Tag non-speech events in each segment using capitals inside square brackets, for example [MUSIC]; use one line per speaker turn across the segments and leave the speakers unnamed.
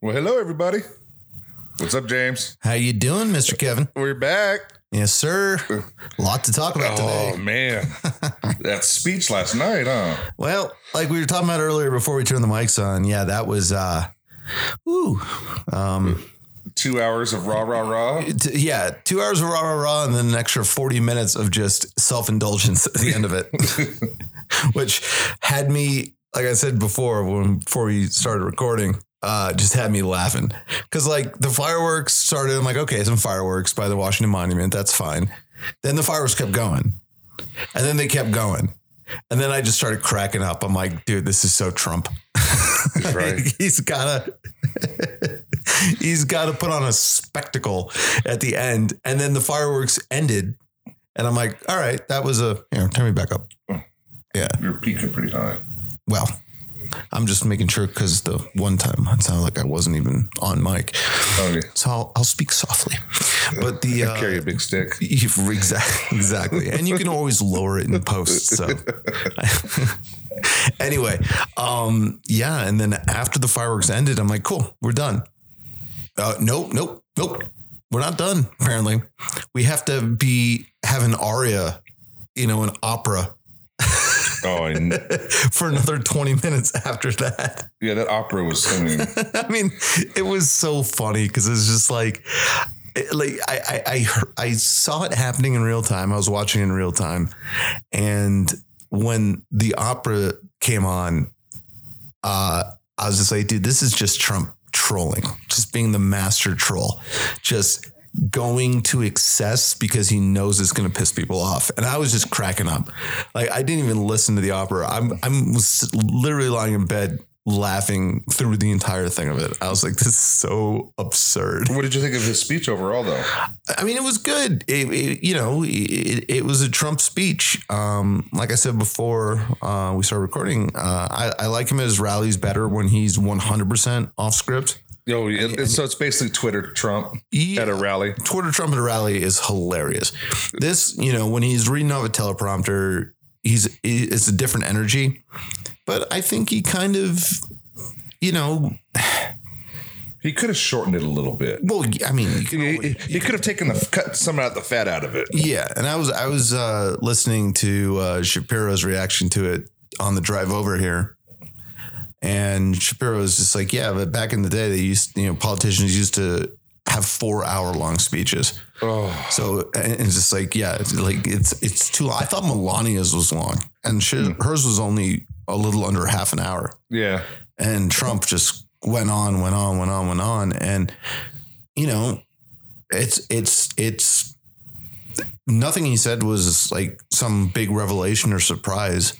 Well, hello everybody. What's up, James?
How you doing, Mr. Kevin?
We're back.
Yes, sir. A lot to talk about
Oh
today. [LAUGHS]
man, that speech last night, huh?
Well, like we were talking about earlier before we turned the mics on, yeah, that was uh ooh. Um
Two hours of rah rah rah.
t- yeah, 2 hours of rah rah rah and then an extra 40 minutes of just self-indulgence at the end of it. [LAUGHS] Which had me like I said before when before we started recording uh, just had me laughing because like the fireworks started. I'm like, okay, some fireworks by the Washington Monument. That's fine. Then the fireworks kept going, and then they kept going, and then I just started cracking up. I'm like, dude, this is so Trump.
Right.
[LAUGHS] he's gotta, he's gotta put on a spectacle at the end, and then the fireworks ended, and I'm like, all right, that was a here. Turn me back up. Yeah.
[LAUGHS] You're peaking pretty high.
Well, I'm just making sure because the one time it sounded like I wasn't even on mic.
Oh, yeah.
So I'll, I'll speak softly. But the
I carry
uh,
a big
[LAUGHS]
stick.
exactly, [LAUGHS] exactly, and you can always lower it in post. So [LAUGHS] anyway, um, yeah, and then after the fireworks ended, I'm like, cool, we're done. Uh, nope, nope, nope, we're not done. Apparently, we have to be have an aria, you know, an opera [LAUGHS]
Oh, and
for another 20 minutes after that.
yeah, that opera was. I mean,
[LAUGHS] I mean, it was so funny because it's just like, it- like I, I, I, heard- I saw it happening in real time. I was watching in real time. And when the opera came on, uh, I was just like, dude, this is just Trump trolling, just being the master troll, just going to excess because he knows it's going to piss people off. And I was just cracking up. Like I didn't even listen to the opera. I'm I'm was literally lying in bed laughing through the entire thing of it. I was like, this is so absurd.
what did you think of his speech overall, though?
I mean, it was good. It, it- you know, it, it was a Trump speech. Um, like I said before, uh, we started recording. Uh, I, I like him at his rallies better when he's 100% off script.
Yo, it, it's- so it's basically Twitter Trump
Yeah.
at a rally.
Twitter Trump at a rally is hilarious. This, you know, when he's reading off a teleprompter, he's it's a different energy. But I think he kind of, you know,
He could have shortened it a little bit.
well, I mean, you can
He, he- he could have taken the cut some out the fat out of it.
Yeah, and I was I was uh, listening to uh, Shapiro's reaction to it on the drive over here, and Shapiro was just like, "Yeah, but back in the day, they used you know politicians used to have four hour long speeches."
Oh,
So and it's just like, yeah, it's like it's it's too. Long. I thought Melania's was long, and she, hers was only a little under half an hour
yeah.
and Trump just went on, went on, went on, went on, and you know, it's it's it's nothing he said was like some big revelation or surprise.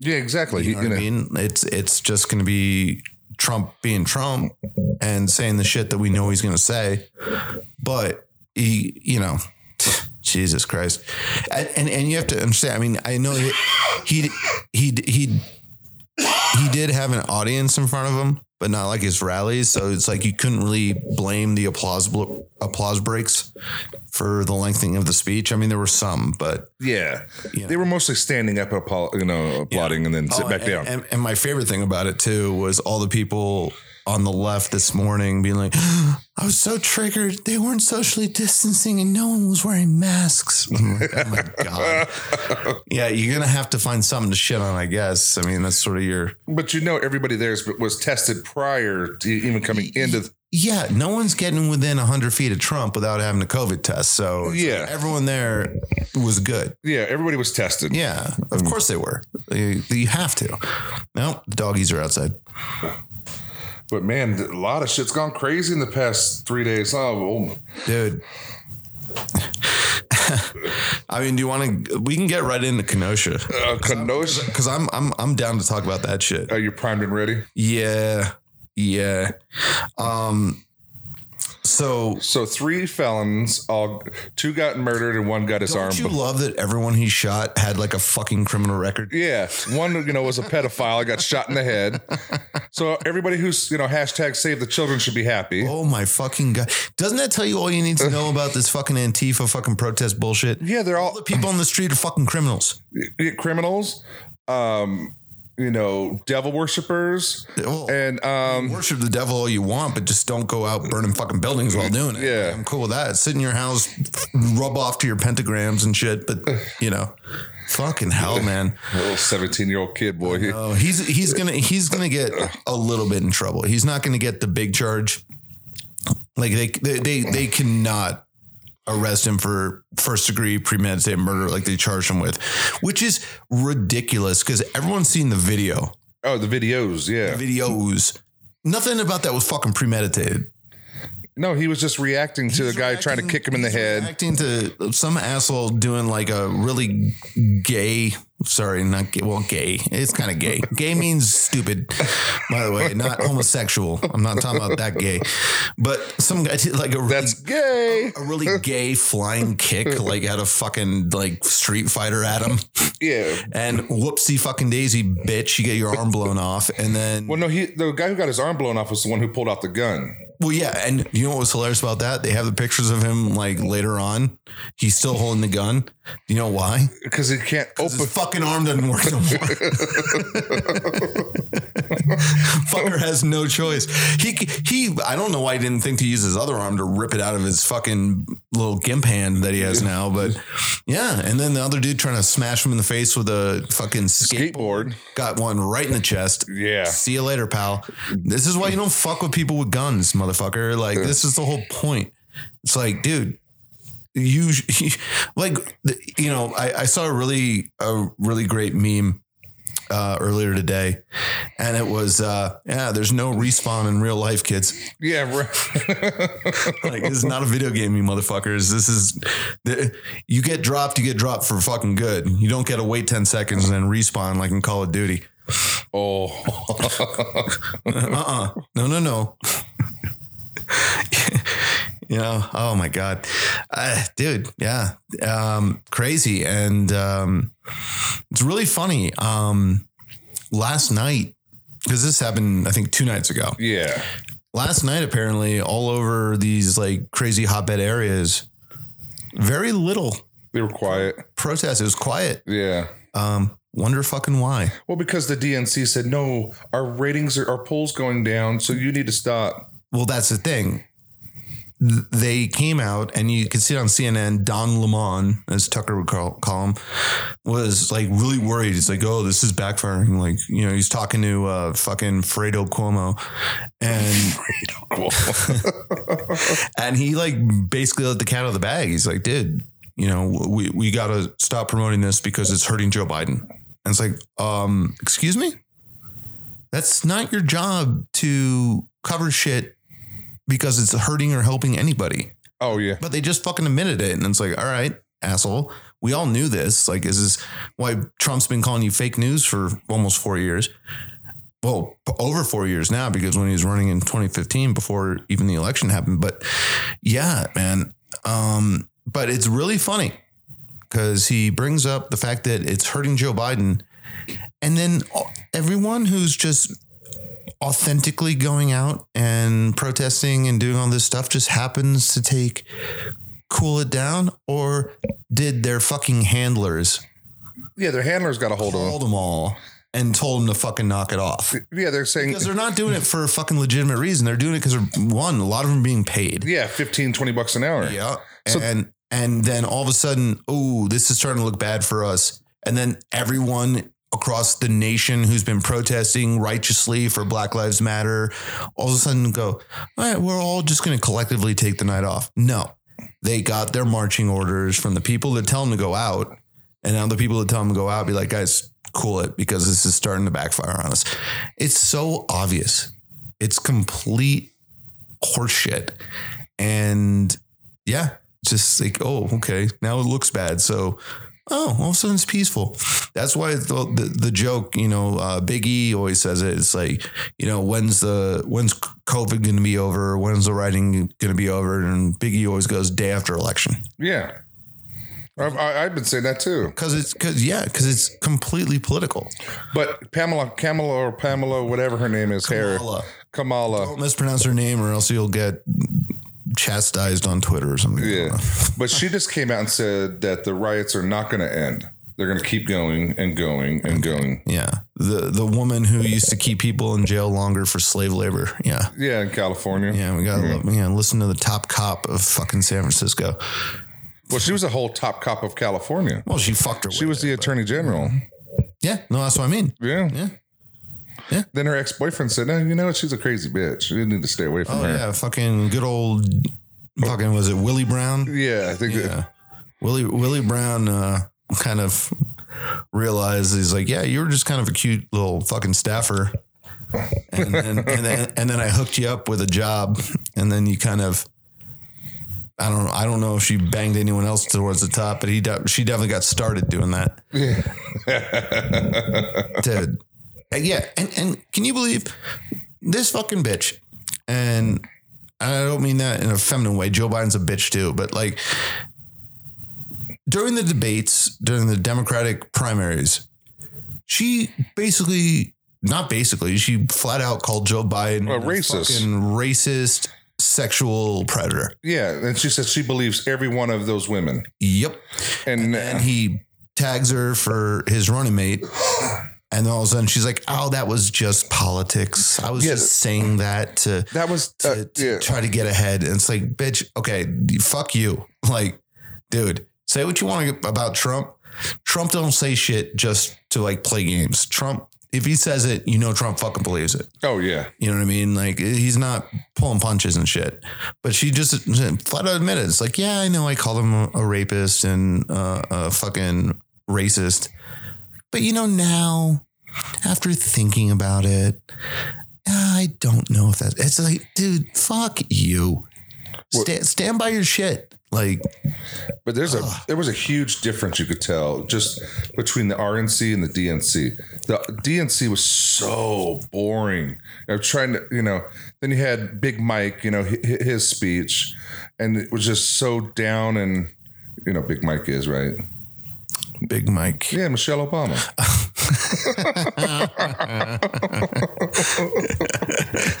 Yeah, exactly.
You know
He-
what I
you know,
mean? It's it's just going to be Trump being Trump and saying the shit that we know he's going to say, but he, you know. [LAUGHS] Jesus Christ, and, and and you have to understand. I mean, I know that he he he he did have an audience in front of him, but not like his rallies. So it's like you couldn't really blame the applause bl- applause breaks for the lengthening of the speech. I mean, there were some, but
yeah.
You know.
They were mostly standing up, applaud, you know, applauding, and then sit
Oh,
back
and,
down.
And, and my favorite thing about it too was all the people on the left this morning being like, [GASPS] "I was so triggered. They weren't socially distancing, and no one was wearing masks." I'm like, oh my
[LAUGHS]
god! Yeah, you're gonna have to find something to shit on, I guess. I mean, that's sort of your
But you know, everybody there is, was tested prior to even coming into.
Yeah, no one's getting within 100 feet of Trump without having a COVID test. So it's
Yeah.
like everyone there was good.
Yeah, everybody was tested.
Yeah, of
Mm.
course they were. You, you have to. No, the doggies are outside.
But man, a lot of shit's gone crazy in the past three days. Oh, oh,
Dude. [LAUGHS] I mean, do you want to? We can get right into Kenosha
uh, Kenosha.
because I'm I'm I'm down to talk about that shit.
Are you primed and ready?
Yeah, yeah. Um. So
So three felons, all two got murdered and one got his arm.
don't you love that everyone he shot had like a fucking criminal record?
Yeah, one you know was a pedophile. got shot in the
[LAUGHS]
head. So everybody who's you know hashtag save the children should be happy.
Oh my fucking god! Doesn't that tell you all you need to know about this fucking Antifa fucking protest bullshit?
Yeah, they're all
All the people on the street are fucking criminals.
criminals. Um, you know, devil worshippers.
Well,
And um,
worship the devil all you want, but just don't go out burning fucking buildings while doing it.
Yeah.
I'm cool with that. Sit in your house, rub off to your pentagrams and shit. But you know, fucking hell, man.
a little 17 year old kid boy. He-
Oh, he's he's gonna he's gonna get a little bit in trouble. He's not gonna get the big charge. Like they they they, they cannot arrest him for first degree premeditated murder like they charged him with, which is ridiculous because everyone's seen the video
Oh, the videos. Yeah.
videos. Nothing about that was fucking premeditated.
No, he was just reacting to the guy trying to kick him in the head.
Acting to some asshole doing like a really gay. Sorry, not gay. Well, gay. It's kind of gay. Gay means stupid, by the way, not homosexual. I'm not talking about that gay, but some guy did like a really,
That's gay.
a really gay flying kick, like out of fucking like Street Fighter at him,
Yeah.
and whoopsie fucking daisy, bitch, you get your arm blown off, and then
Well, no, he the guy who got his arm blown off was the one who pulled out the gun.
Well, yeah, and you know what was hilarious about that? They have the pictures of him like later on. He's still holding the gun. You know why?
Because he can't open.
His fucking arm doesn't work no more. [LAUGHS] Fucker has no choice. He he. I don't know why he didn't think to use his other arm to rip it out of his fucking little gimp hand that he has now. But yeah, and then the other dude trying to smash him in the face with a fucking skateboard.
skateboard.
Got one right in the chest.
Yeah.
See you later, pal. This is why you don't fuck with people with guns, motherfucker. Like this is the whole point. It's like, dude, you [LAUGHS] like the- you know, I, I saw a really a really great meme uh, earlier today, and it was uh, yeah, there's no respawn in real life, kids.
Yeah, right.
Like this is not a video game, you motherfuckers. This is the, you get dropped, you get dropped for fucking good. You don't get to wait ten seconds and then respawn like in Call of Duty.
[LAUGHS] oh, [LAUGHS]
uh-uh. No, no, no. [LAUGHS] you know, oh my God. Uh, dude, yeah. Um, crazy. And um, it's really funny. Um, last night, because this happened, I think, two nights ago.
yeah.
Last night, apparently, all over these like crazy hotbed areas, very little
They were quiet.
protest. It was quiet.
Yeah.
Um, wonder fucking why.
Well, because the DNC said no, our ratings are our polls going down, so you need to stop.
Well, that's the thing. Th- They came out, and you could see it on CNN. Don Lemon, as Tucker would call, call him, was like really worried. He's like, "Oh, this is backfiring." Like, you know, he's talking to uh, fucking Fredo Cuomo, and and he like basically let the cat out of the bag. He's like, "Dude, you know, we we gotta stop promoting this because it's hurting Joe Biden." And it's like, um, excuse me, that's not your job to cover shit because it's hurting or helping anybody.
[LAUGHS] oh yeah.
But they just fucking admitted it. And it's like, all right, asshole. We all knew this. Like, is this why Trump's been calling you fake news for almost four years? Well, p- over four years now, because when he was running in 2015 before even the election happened. But yeah, man. Um, but it's really funny because he brings up the fact that it's hurting Joe Biden. And then all- everyone who's just authentically going out and protesting and doing all this stuff just happens to take cool it down or did their fucking handlers
Yeah, their handlers got a hold of
hold them all and told them to fucking knock it off
them. Yeah, they're saying
because they're not doing it for a fucking legitimate reason they're doing it because one a lot of them are being paid
yeah, 15, 20 bucks an hour.
yeah and and then all of a sudden oh this is starting to look bad for us and then everyone across the nation who's been protesting righteously for black lives matter all of a sudden go all right we're all just going to collectively take the night off no they got their marching orders from the people that tell them to go out and now the people that tell them to go out be like guys cool it because this is starting to backfire on us it's so obvious it's complete horseshit and yeah, just like, oh, okay, now it looks bad. So, oh, all of a sudden it's peaceful. That's why the, the, the joke, you know, uh, Big E always says it. It's like, you know, when's the when's COVID going to be over? When's the writing going to be over? And Big E always goes day after election
Yeah. I've, I- I've been saying that too.
because it's because yeah, because it's completely political.
But Pamela, Kamala or Pamela, whatever her name is,
Kamala.
Harris, Kamala.
Don't mispronounce her name, or else you'll get chastised on Twitter or something.
Yeah. But she just came out and said that the riots are not going to end. They're going to keep going and going and going.
Yeah. The the woman who used to keep people in jail longer for slave labor. Yeah.
Yeah, in California.
Yeah, we got to yeah, listen to the top cop of fucking San Francisco.
Well, she was a whole top cop of California.
Well, she fucked her.
She was the attorney general.
yeah, no, that's what I mean.
Yeah.
Yeah.
Then her ex boyfriend said, "No, you know what? She's a crazy bitch. You need to stay away from
Oh
her."
yeah, fucking good old fucking was it Willie Brown?
Yeah, I think
Yeah. Willie Willie Brown uh, kind of realized he's like, yeah, you were just kind of a cute little fucking staffer, and then and then, and then I hooked you up with a job, and then you kind of. I don't. I don't know if she banged anyone else towards the top, but he. De- she definitely got started doing that, dude. And Uh, yeah, and and can you believe this fucking bitch? And I don't mean that in a feminine way. Joe Biden's a bitch too, but like during the debates, during the Democratic primaries, she basically, not basically, she flat out called Joe Biden
A racist.
fucking racist, sexual predator.
yeah. And she said she believes every one of those women.
Yep.
And,
And he tags her for his running mate. And then all of a sudden she's like, oh, that was just politics. I was
Yeah.
just saying that to
that was uh,
to, to
yeah.
try to get ahead. And it's like, bitch, okay, fuck you. [LAUGHS] Like, dude, say what you want about Trump. Trump don't say shit just to like play games. Trump, if he says it, you know Trump fucking believes it.
Oh yeah,
You know what I mean? Like eh, he's not pulling punches and shit. But she just flat out admitted it's like, yeah, I know I called him a rapist and uh, a fucking racist. But you know now, after thinking about it, I don't know if that. It's like, dude, fuck you. Stand, stand by your shit. Like,
but there's a there was a huge difference you could tell just between the RNC and the DNC. The DNC was so boring. I'm trying to you know. Then you had Big Mike, you know, hi- hi- his speech, and it was just so down and you know, Big Mike is right.
Big Mike.
Yeah, Michelle Obama.
[LAUGHS] [LAUGHS]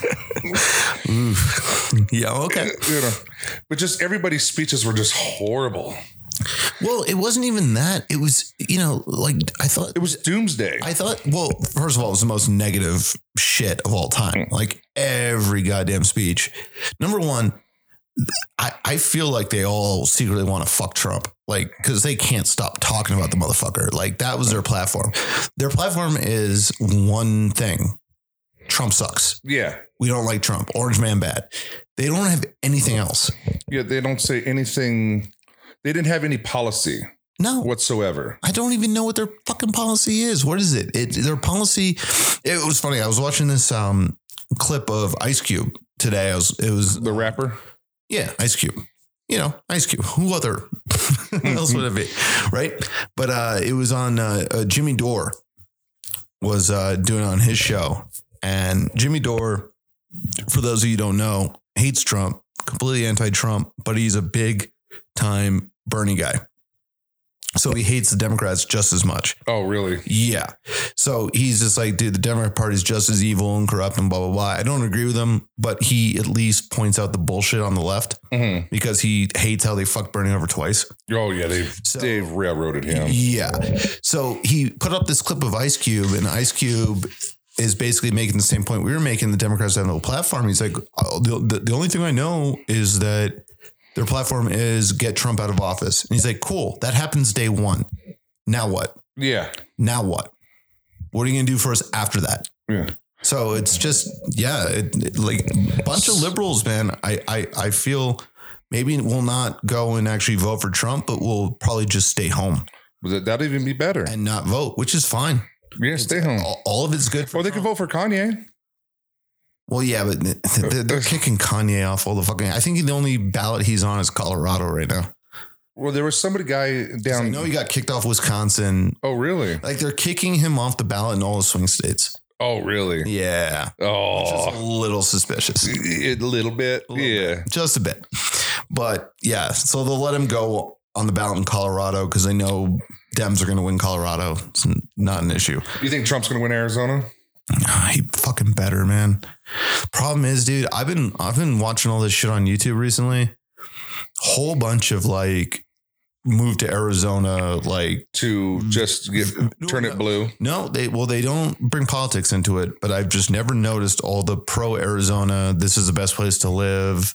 Yeah, okay.
you know, but just everybody's speeches were just horrible.
Well, it wasn't even that. It was, you know, like I thought
It was doomsday.
I thought, well, first of all, it was the most negative shit of all time. Like every goddamn speech. Number one, I, I feel like they all secretly want to fuck Trump. Like, because they can't stop talking about the motherfucker. Like, that was their platform. Their platform is one thing Trump sucks.
yeah,
We don't like Trump. Orange man bad. They don't have anything else.
yeah. They don't say anything. They didn't have any policy
No.
whatsoever.
I don't even know what their fucking policy is. What is it? It their policy. It was funny. I was watching this um clip of Ice Cube today. I was it was
The rapper.
yeah, Ice Cube. You know, Ice Cube. Who other [LAUGHS] who else would it be? Right? But uh it was on uh, uh Jimmy Dore was uh doing it on his show. And Jimmy Dore, for those of you who don't know, hates Trump, completely anti-Trump, but he's a big time Bernie guy. So he hates the Democrats just as much.
Oh, really?
Yeah. So he's just like, dude, the Democrat Party is just as evil and corrupt and blah, blah, blah. I don't agree with him, but he at least points out the bullshit on the left
Mhm.
because he hates how they fucked Bernie over twice.
Oh, yeah. They've
So-
they've railroaded him.
Yeah. So he put up this clip of Ice Cube, and Ice Cube is basically making the same point we were making. The Democrats have no platform. He's like, oh, the, the, the only thing I know is that their platform is get Trump out of office. And he's like, cool, that happens day one. Now what?
Yeah,
Now what? What are you going to do for us after that?
yeah.
So it's just yeah, it, it- like bunch of liberals, man. I, I I feel maybe we'll not go and actually vote for Trump, but we'll probably just stay home
But that- that'd even be better.
and not vote, which is fine.
Yeah, stay home.
All, all of it's good. For,
Or they could vote for Kanye.
well, yeah, but they're, they're kicking Kanye off all the fucking. I think the only ballot he's on is Colorado right now.
Well, there was somebody guy
I
down.
know he got kicked off Wisconsin.
Oh, really?
Like they're kicking him off the ballot in all the swing states.
Oh, really?
Yeah, just a
Oh,
little suspicious.
a little bit. Yeah.
just a bit. But yeah, so they'll let him go on the ballot in Colorado because they know Dems are going to win Colorado. It's n- not an issue. Ah,
You think Trump's gonna win Arizona?
He fucking better, man. Problem is, dude, I've been I've been watching all this shit on YouTube recently. Whole bunch of like move to Arizona. Like,
to
Mm.
just
[LAUGHS]
get, turn it blue.
no, they well, they don't bring politics into it, but I've just never noticed all the pro Arizona. This is the best place to live.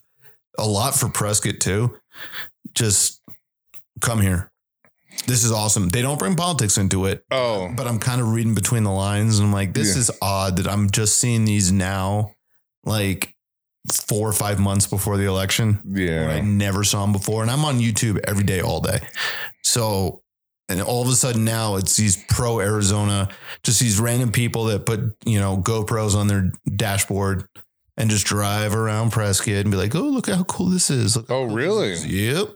A lot for Prescott too. Just come here. This is awesome. They don't bring politics into it,
Oh,
but I'm kind of reading between the lines and I'm like, this
Yeah.
is odd that I'm just seeing these now, like four or five months before the election where I
yeah.
never saw him before. And I'm on YouTube every day, all day. So, and all of a sudden now it's these pro Arizona, just these random people that put, you know, GoPros on their dashboard and just drive around Prescott and be like, oh, look at how cool this is. Look,
Oh, really?
Yep.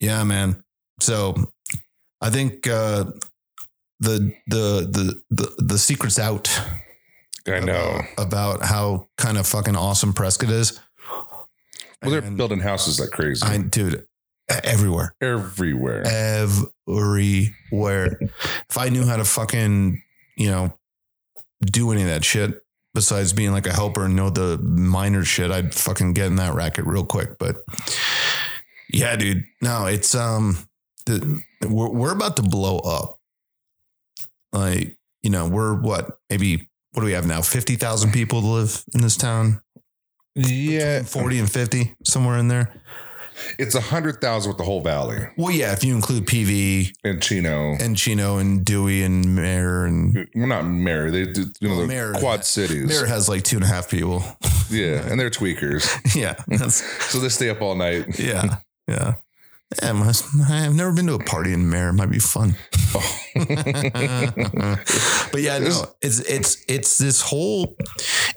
Yeah, man. So I think, uh, the, the the the the secret's out
I know.
about how kind of fucking awesome Prescott is.
Well, they're
And-
building houses like crazy
I dude, e- everywhere,
everywhere.
everywhere. if I knew how to fucking you know do any of that shit besides being like a helper and know the minor shit, I'd fucking get in that racket real quick. But yeah, dude, no, it's um, the, we're we're about to blow up. Like you know, we're what maybe. What do we have now? 50,000 people to live in this town?
yeah,
40 and 50, somewhere in there.
it's a hundred thousand with the whole valley
Well, yeah, if you include PV,
and Chino.
and Chino and Dewey and Mayor and
We're not Mary. They do you know
Well,
the
Mary-
quad cities.
Mayor has like two and a half people. [LAUGHS]
Yeah, and they're tweakers,
yeah, that's
so they stay up all night.
yeah, yeah. Yeah, must, I've never been to a party in Mayor. It might be fun. but yeah, no, it's it's it's this whole.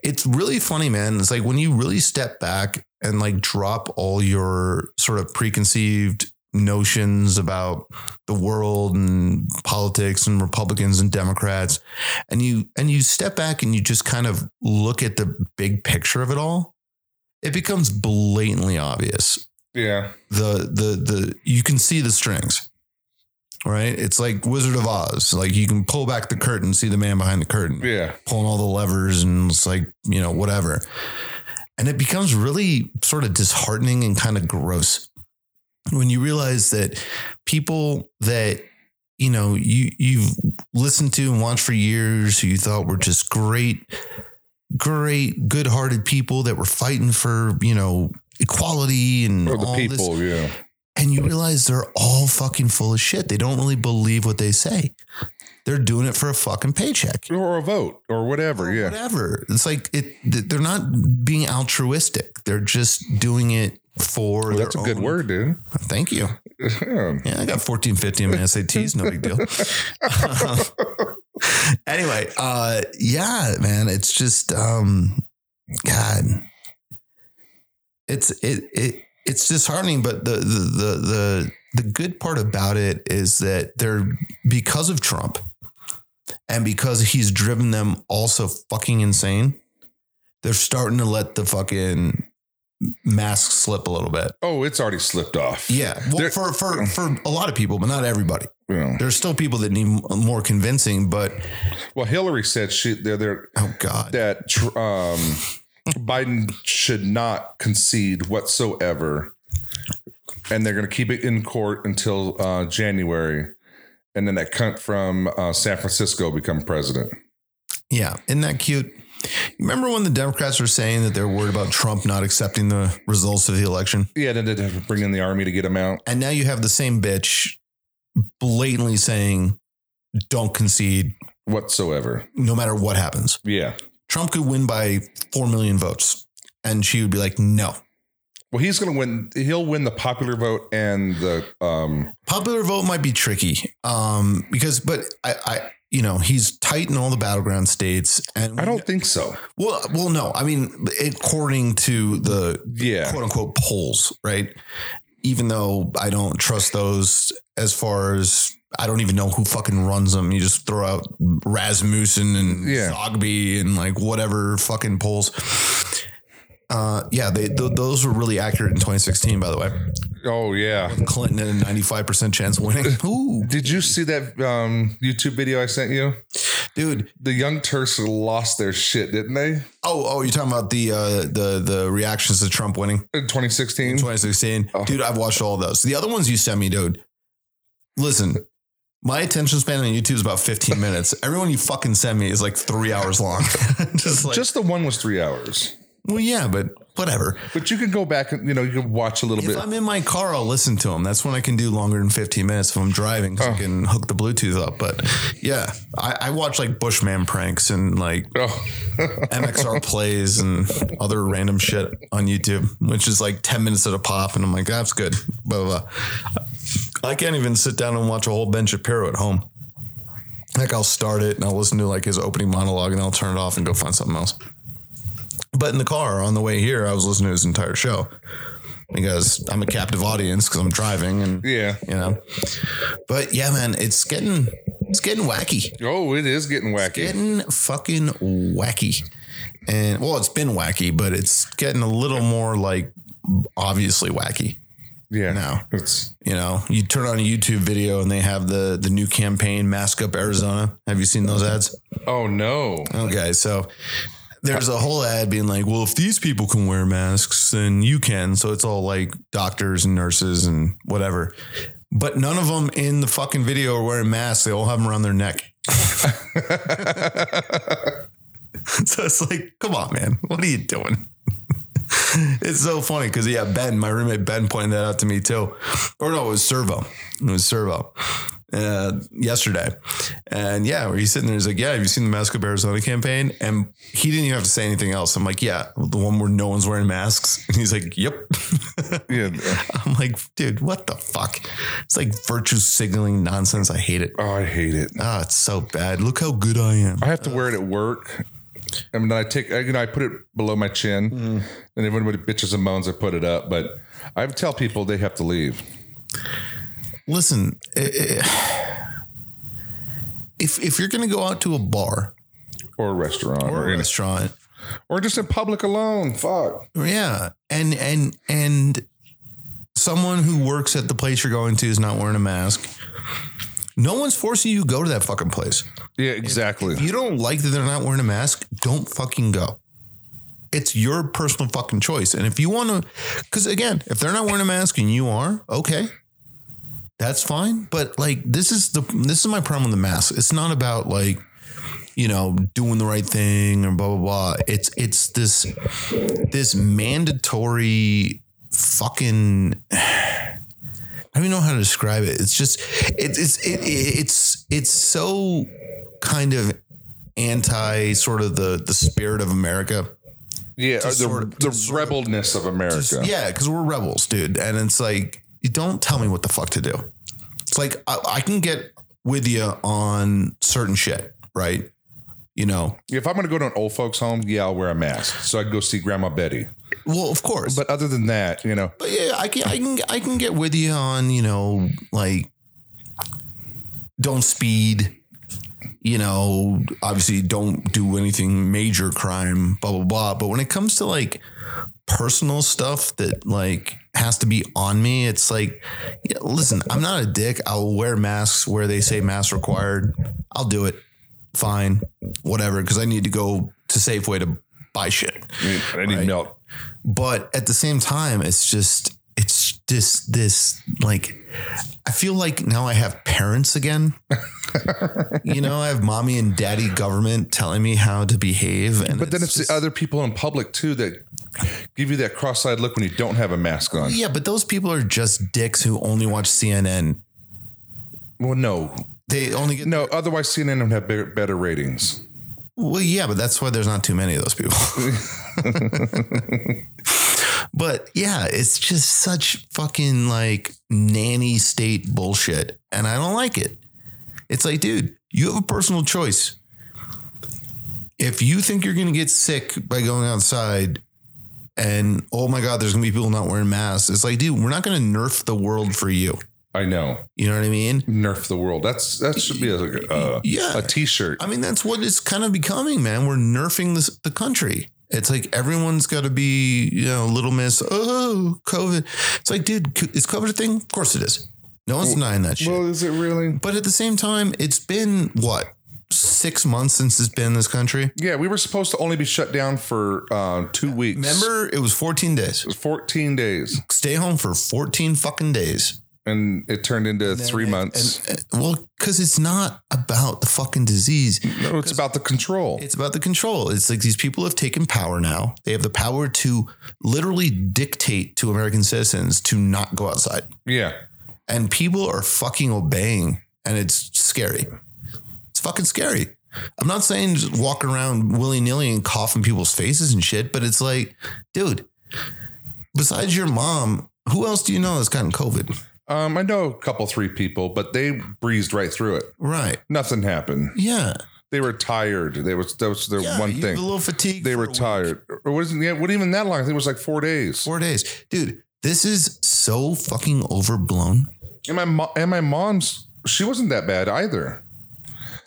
It's really funny, man. It's like when you really step back and like drop all your sort of preconceived notions about the world and politics and Republicans and Democrats, and you and you step back and you just kind of look at the big picture of it all. It becomes blatantly obvious
Yeah,
the the the you can see the strings right it's like wizard of oz like you can pull back the curtain see the man behind the curtain
yeah,
pulling all the levers and it's like you know whatever and it becomes really sort of disheartening and kind of gross when you realize that people that you know you you've listened to and watched for years who you thought were just great great good-hearted people that were fighting for you know equality and
or the
all this
people. Yeah,
and you realize they're all fucking full of shit. They don't really believe what they say. They're doing it for a fucking paycheck.
or a vote or whatever. yeah,
Whatever. It's like it. th- They're not being altruistic. They're just doing it for.
Well,
their
that's a good
own-
word, dude. [LAUGHS]
Thank you.
Yeah.
Yeah, I got fourteen fifty in my SATs. No big deal. [LAUGHS] anyway, uh, yeah, man, it's just, um, God, it's it it it's disheartening. But the the the the the good part about it is that they're because of Trump, and because he's driven them also fucking insane. They're starting to let the fucking mask slip a little bit.
Oh, it's already slipped off.
Yeah, well,
There-
for for for a lot of people, but not everybody.
You know.
There's still people that need more convincing, but
Well, Hillary said she they're, they're
oh god,
that tr- um, Biden should not concede whatsoever, and they're going to keep it in court until uh, January, and then that cunt from uh, San Francisco become president.
yeah, isn't that cute? Remember when the Democrats were saying that they're worried about Trump not accepting the results of the election,
Yeah, then they have to bring in the army to get him out.
and now you have the same bitch blatantly saying, "Don't concede,
Whatsoever.
no matter what happens."
Yeah.
Trump could win by four million votes, and she would be like, "No."
Well, he's going to win. He'll win the popular vote and the um.
popular vote might be tricky um because but i i you know he's tight in all the battleground states and
I don't think so.
well well no i mean according to the
Yeah.
quote unquote polls right even though i don't trust those as far as i don't even know who fucking runs them you just throw out rasmussen and
Yeah.
zogby and like whatever fucking polls uh yeah they th- those were really accurate in 2016 by the way
Oh yeah.
clinton had a
[LAUGHS]
95% chance of winning ooh
Did you see that um, YouTube video I sent you?
dude.
The young Turks lost their shit, didn't they?
Oh, oh, you're talking about the uh, the the reactions to Trump winning
In 2016.
in 2016,
Oh.
dude. I've watched all those. The other ones you sent me, dude. Listen, my attention span on YouTube is about 15 [LAUGHS] minutes. Everyone you fucking send me is like three hours long. [LAUGHS] just like,
Just the one was three hours,
well, yeah, but whatever.
but you can go back and you know you can watch a little
If
bit.
I'm in my car, I'll listen to them. That's when I can do longer than 15 minutes if I'm driving. 'cause I
Oh.
can hook the Bluetooth up. But yeah, I, I watch like Bushman pranks and like
oh,
MXR plays and other random shit on YouTube, which is like 10 minutes at a pop. And I'm like, that's good. Blah, blah, blah. I can't even sit down and watch a whole Ben Shapiro at home. Like I'll start it and I'll listen to like his opening monologue and I'll turn it off and go find something else. But in the car on the way here, I was listening to his entire show because I'm a captive audience because I'm driving and
yeah.
you know. But yeah, man, it's getting it's getting wacky
Oh, it is getting wacky.
getting fucking wacky. And well, it's been wacky, but it's getting a little more like obviously wacky.
yeah.
now.
It's
You know, you turn on a YouTube video and they have the the new campaign Mask Up Arizona. Have you seen those ads?
oh no.
Okay, so there's a whole ad being like, "Well, if these people can wear masks, then you can." So it's all like doctors and nurses and whatever. But none of them in the fucking video are wearing masks. They all have them around their neck. [LAUGHS] so it's like, come on, man, what are you doing? it's so funny because yeah, Ben, my roommate Ben pointed that out to me too. Or no, it was Servo. It was Servo uh, yesterday, and yeah, where he's sitting there, he's like, "Yeah, have you seen the Mask Up Arizona campaign?" And he didn't even have to say anything else. I'm like, "Yeah, the one where no one's wearing masks," and he's like, "Yep." [LAUGHS]
Yeah.
I'm like, "Dude, what the fuck?" It's like virtue signaling nonsense. I hate it.
Oh, I hate it.
Ah, it's so bad. Look how good I am.
I have to wear it at work. I mean, I take, I, you know, I put it below my chin,
Mm.
and everybody bitches and moans. I put it up, but I tell people they have to leave.
listen, eh, eh, if if you're gonna go out to a bar
or a restaurant or,
or a
in-
restaurant,
or just in public alone. Fuck.
yeah, and and and someone who works at the place you're going to is not wearing a mask, no one's forcing you to go to that fucking place.
Yeah, exactly.
You don't like that they're not wearing a mask, don't fucking go. It's your personal fucking choice. And if you want to, because again, if they're not wearing a mask and you are, okay, that's fine. But like, this is the this is my problem with the mask. It's not about like, you know, doing the right thing or blah blah blah. It's it's this this mandatory fucking. [SIGHS] I don't even know how to describe it. It's just it, it's it, it's it's so kind of anti sort of the the spirit of America.
Yeah, uh, the,
sort of-
the
to sort of-
rebelness of America.
Yeah, because we're rebels, dude. And it's like, you don't tell me what the fuck to do. It's like I, I can get with you on certain shit, right? You know,
If I'm going to go to an old folks' home, yeah, I'll wear a mask so I can go see Grandma Betty.
well, of course,
But other than that, you know,
but yeah, I can I can I can get with you on you know like don't speed. You know, obviously don't do anything major crime, blah blah blah. But when it comes to like personal stuff that like has to be on me, it's like, yeah, listen, I'm not a dick. I'll wear masks where they say mask required. I'll do it, fine, whatever, because I need to go to Safeway to buy shit
I mean, I need milk.
but at the same time it's just it's just this like i feel like now i have parents again
[LAUGHS]
you know i have mommy and daddy government telling me how to behave and
But then it's the other people in public too that give you that cross-eyed look when you don't have a mask on.
yeah but those people are just dicks who only watch cnn
Well, no,
they only get
no. Otherwise, CNN would have better, better ratings.
Well, yeah, but that's why there's not too many of those people. but yeah, it's just such fucking like nanny state bullshit. And I don't like it. It's like, dude, you have a personal choice. If you think you're going to get sick by going outside and oh my God, there's going to be people not wearing masks, it's like, dude, we're not going to nerf the world for you.
I know.
You know what I mean?
Nerf the world. That's that should be a, a,
Yeah.
a t-shirt.
I mean, that's what it's kind of becoming, man. We're nerfing this, the country. It's like everyone's got to be, you know, little miss. Oh, COVID. It's like, dude, c- is COVID a thing? Of course it is. No one's denying that shit.
Well, is it really?
but at the same time, it's been what? six months since it's been in this country.
Yeah, we were supposed to only be shut down for uh, two weeks.
Remember, it was 14 days.
14 days.
Stay home for 14 fucking days.
And it turned into three months.
And, and- well, because it's not about the fucking disease.
no, it's about the control.
It's about the control. It's like these people have taken power now. They have the power to literally dictate to American citizens to not go outside.
yeah.
And people are fucking obeying. And it's scary. It's fucking scary. I'm not saying just walk around willy nilly and cough in people's faces and shit, but it's like, dude, besides your mom, who else do you know that's gotten COVID?
Um, I know a couple, three people, but they breezed right through it.
Right.
Nothing happened.
Yeah.
They were tired. They was that was their
yeah
one
you
thing.
have A little fatigue.
They
for
were
a week.
tired. Or wasn't yeah, what even that long? I think it was like four days.
Four days. Dude, this is so fucking overblown.
And my mo- and my mom's she wasn't that bad either.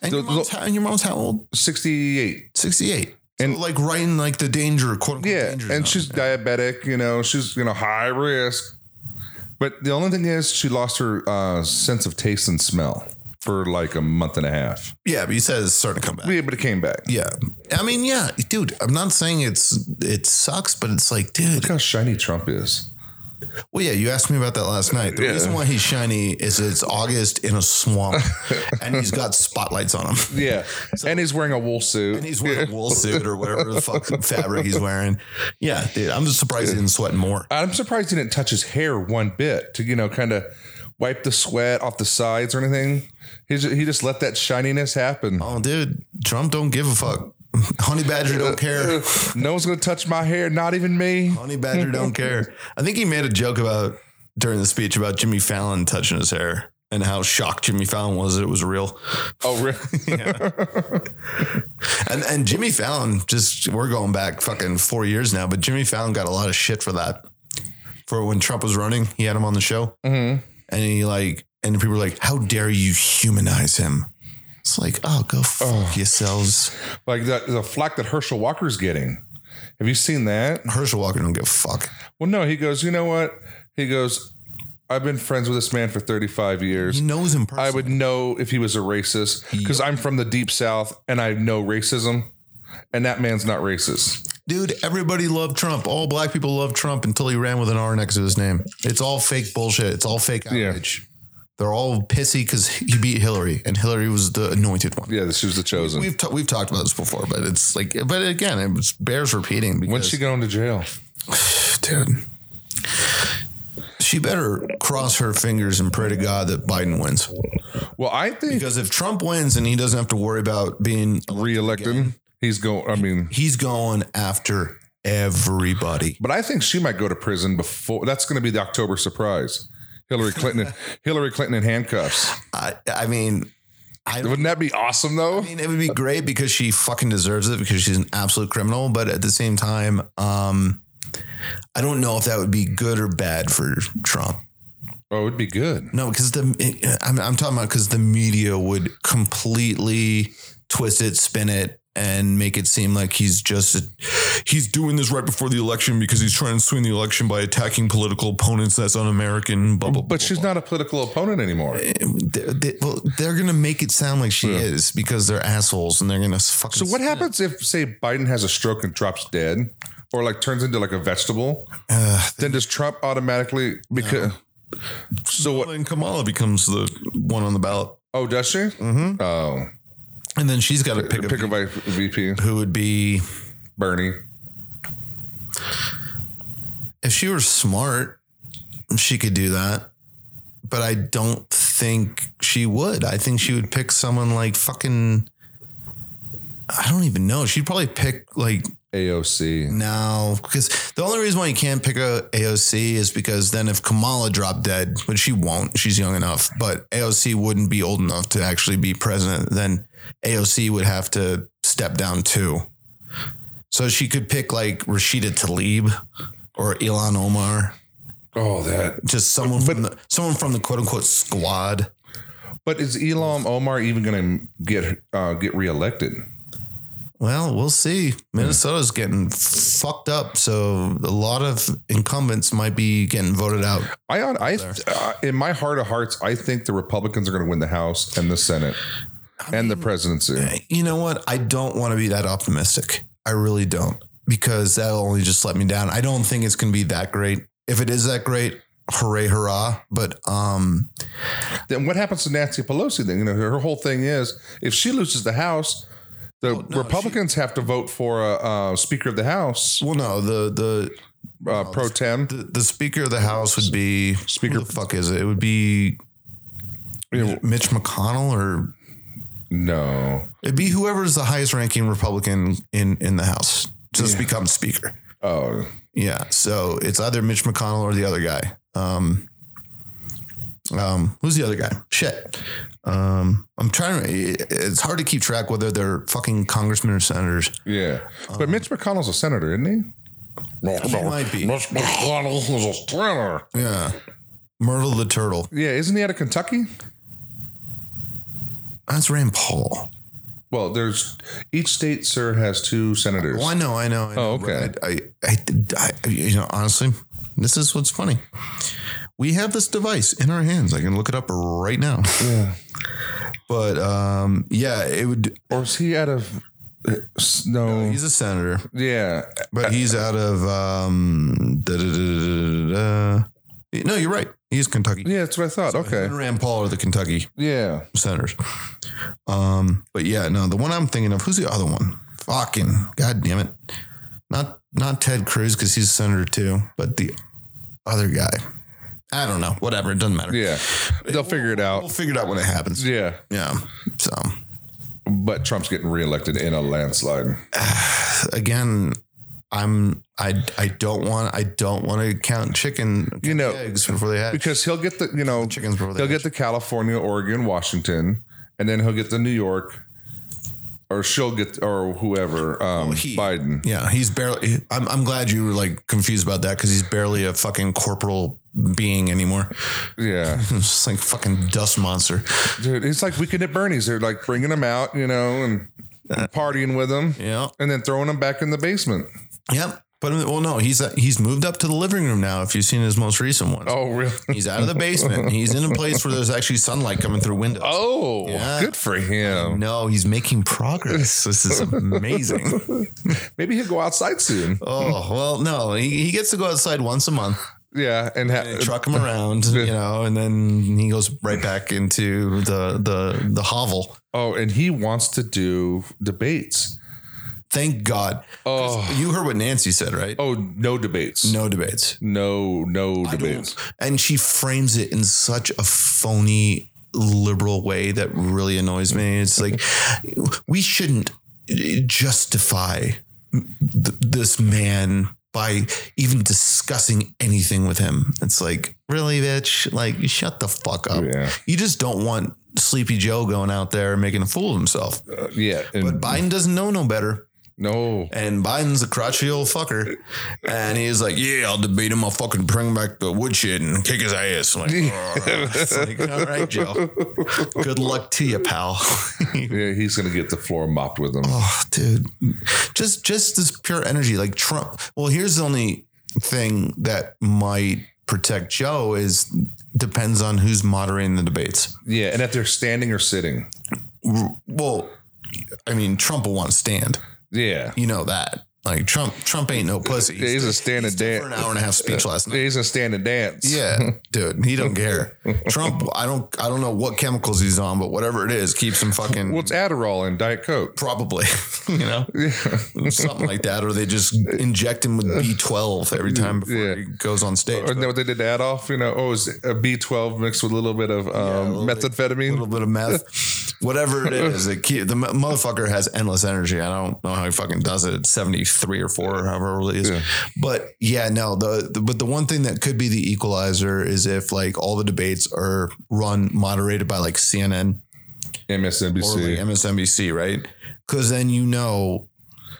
And,
The-
your mom's,
the-
how, and your mom's how old?
Sixty eight.
68. And
And-
so like right in like the danger, quote unquote.
Yeah,
danger zone.
and she's diabetic. You know, she's you know high risk. But the only thing is, she lost her uh, sense of taste and smell for like a month and a half.
yeah, but you said it's starting to come back.
Yeah, but it came back.
Yeah. I mean, yeah, dude, I'm not saying it's it sucks, but it's like, dude,
Look how shiny Trump is.
well, yeah, you asked me about that last night. The
Yeah.
reason why he's shiny is it's August in
[LAUGHS]
a swamp and he's got spotlights on him.
Yeah, and he's wearing a wool suit.
And he's wearing a wool suit or whatever
[LAUGHS]
the fuck fabric he's wearing. Yeah, dude, I'm just surprised he didn't sweat more.
I'm surprised he didn't touch his hair one bit to you know kind of wipe the sweat off the sides or anything. He just, he just let that shininess happen.
Oh, dude, Trump don't give a fuck. Honey Badger don't care.
No one's gonna touch my hair, not even me.
Honey Badger don't care. I think he made a joke about during the speech about Jimmy Fallon touching his hair and how shocked Jimmy Fallon was that it was real.
Oh, really?
And and Jimmy Fallon, just we're going back fucking four years now, but Jimmy Fallon got a lot of shit for that. For when Trump was running, he had him on the show, and he like, and people were like, "How dare you humanize him?" It's like, oh, go fuck yourselves.
[LAUGHS] like the, the flack that Herschel Walker's getting. Have you seen that?
Herschel Walker don't give a fuck.
Well, no. He goes, you know what? He goes, I've been friends with this man for 35 years.
He knows him
I
personally.
would know if he was a racist because I'm from the deep south and I know racism, and that man's not racist.
Dude, everybody loved Trump. All black people loved Trump until he ran with an R next to his name. It's all fake bullshit. It's all fake
Yeah.
outrage. They're all pissy because he beat Hillary, and Hillary was the anointed one.
Yeah, she was the chosen.
We've ta- we've talked about this before, but it's like, but again, it was- bears repeating. Because,
When's she going to jail?
dude, she better cross her fingers and pray to God that Biden wins.
Well, I think
Because if Trump wins and he doesn't have to worry about being,
reelected, he's going. I mean,
he's going after everybody.
but I think she might go to prison before. That's going to be the October surprise. Hillary
[LAUGHS]
Clinton, Hillary Clinton in handcuffs.
I, I mean, I
Wouldn't that be awesome though?
I mean, it would be great because she fucking deserves it because she's an absolute criminal. But at the same time, um, I don't know if that would be good or bad for Trump.
Oh, it'd be good.
No, because the I'm, I'm talking about because the media would completely twist it, spin it, and make it seem like he's just he's doing this right before the election because he's trying to swing the election by attacking political opponents. That's un-American. Blah blah.
But she's not a political opponent anymore.
they're, they, well, they're gonna make it sound like she is because they're assholes and they're gonna fucking.
So what happens if, say, Biden has a stroke and drops dead, or like turns into like a vegetable? then does Trump automatically because? So what?
And Kamala becomes the one on the ballot,
Oh, does she? Mm-hmm. Oh,
and then she's got to pick,
pick,
a
pick a vi- VP,
who would be
Bernie.
if she were smart, she could do that. But I don't think she would. I think she would pick someone like fucking. I don't even know. She'd probably pick like Mm-hmm.
AOC.
no, because the only reason why you can't pick a AOC is because then if Kamala dropped dead, which she won't, she's young enough. But AOC wouldn't be old enough to actually be president. Then AOC would have to step down too. So she could pick like Rashida Tlaib or Elon Omar
Oh, that.
just someone from the someone from the quote unquote squad.
But is Elon Omar even going to get uh, get reelected?
Well, we'll see. Minnesota's getting fucked up, so a lot of incumbents might be getting voted out.
I, I uh, in my heart of hearts, I think the Republicans are going to win the House and the Senate. and the presidency.
you know what? I don't want to be that optimistic. I really don't because that'll only just let me down. I don't think it's going to be that great. If it is that great, hooray, hurrah. But um,
Then what happens to Nancy Pelosi? Then you know her whole thing is if she loses the House, the Republicans have to vote for a uh, Speaker of the House
well, no, the the
uh, pro tem.
the, the Speaker of the House would be
Speaker-
Who the fuck is it? It would be Mitch McConnell or
No,
it'd be whoever's the highest ranking Republican in in the House just becomes Speaker.
oh,
Yeah, so it's either Mitch McConnell or the other guy. Um, um, who's the other guy? Shit. Um, I'm trying to. It's hard to keep track whether they're fucking congressmen or senators.
yeah. But Mitch McConnell's a senator, isn't Um, he?
He might be.
Mitch McConnell is a senator.
Yeah, Myrtle the Turtle.
Yeah, isn't he out of Kentucky?
That's Rand Paul.
Well, there's each state, sir, has two senators.
Well, I know, I know. I know
Oh, okay.
but I, I, I, I, you know, honestly, this is what's funny. We have this device in our hands. I can look it up right now.
Yeah.
But um, yeah, it would.
Or is he out of? uh, s- No.
He's a senator.
yeah.
But he's out of um. Da, da, da, da, da. No, you're right. He's Kentucky.
Yeah, that's what I thought. Okay.
And Rand Paul are the Kentucky
Yeah.
senators. Um, but yeah, no, the one I'm thinking of. Who's the other one? Fucking god damn it! Not not Ted Cruz because he's a senator too, but the other guy. I don't know. Whatever, it doesn't matter.
Yeah. They'll figure it
We'll
out.
figure it out when it happens.
Yeah.
Yeah. So
But Trump's getting reelected in a landslide.
again, I'm I I don't want I don't want to count chicken
You know,
eggs before they hatch.
because he'll get the you know
chickens before they
he'll get the California, Oregon, Washington, and then he'll get the New York, or she'll get or whoever um,
he-
Biden.
Yeah, he's barely. I'm, I'm glad you were like confused about that because he's barely a fucking corporal being anymore. [LAUGHS]
Yeah,
It's just like fucking dust monster.
dude, it's like Weekend at Bernie's. They're like bringing him out, you know, and partying with him,
Uh, Yeah.
and then throwing him back in the basement.
Yep. But well, no, he's uh, he's moved up to the living room now. If you've seen his most recent one,
Oh, really?
he's out of the basement. He's in a place where there's actually sunlight coming through windows.
Oh,
Yeah.
good for him.
No, he's making progress. This is amazing.
Maybe he'll go outside soon.
Oh well, no, he, he gets to go outside once a month,
Yeah, and ha-
truck him around, you know, and then he goes right back into the the the hovel.
oh, and he wants to do debates.
Thank God.
Oh,
You heard what Nancy said, right?
oh, no debates.
No debates.
No, no debates.
And she frames it in such a phony liberal way that really annoys me. It's like we shouldn't justify th- this man by even discussing anything with him. It's like, really, bitch? Like, shut the fuck up.
Yeah.
You just don't want Sleepy Joe going out there and making a fool of himself.
Uh, yeah,
But
and
Biden doesn't know no better.
no.
And Biden's a crotchety old fucker. And he's like, Yeah, I'll debate him. I'll fucking bring back the woodshed and kick his ass. I'm like, it's like, All right, Joe. Good luck to you, pal. [LAUGHS]
Yeah, he's gonna get the floor mopped with him.
oh, dude. Just just this pure energy. Like Trump. Well, here's the only thing that might protect Joe is depends on who's moderating the debates.
Yeah, and if they're standing or sitting.
Well, I mean, Trump will want to stand.
Yeah.
You know that. Like Trump, Trump ain't no pussy.
Yeah, he's a stand and
for an
dance.
hour and a half speech last night.
Yeah, he's a stand and dance.
[LAUGHS] Yeah, dude, he don't care. Trump, I don't, I don't know what chemicals he's on, but whatever it is, keeps him fucking
Well, it's Adderall and Diet Coke.
probably, [LAUGHS] you know, something like that, or they just inject him with B twelve every time before
Yeah.
he goes on stage.
Or
But
know what they did to Adolf? You know, oh, it was a B12 mixed with a little bit of um,
a
methamphetamine.
little bit of meth, whatever it is, it keep, the m- motherfucker has endless energy. I don't know how he fucking does it. It's seventy three or four, or however old he is.
Yeah.
But yeah, no. The, the but the one thing that could be the equalizer is if like all the debates are run moderated by like CNN. or
MSNBC.
like MSNBC, right? Because then you know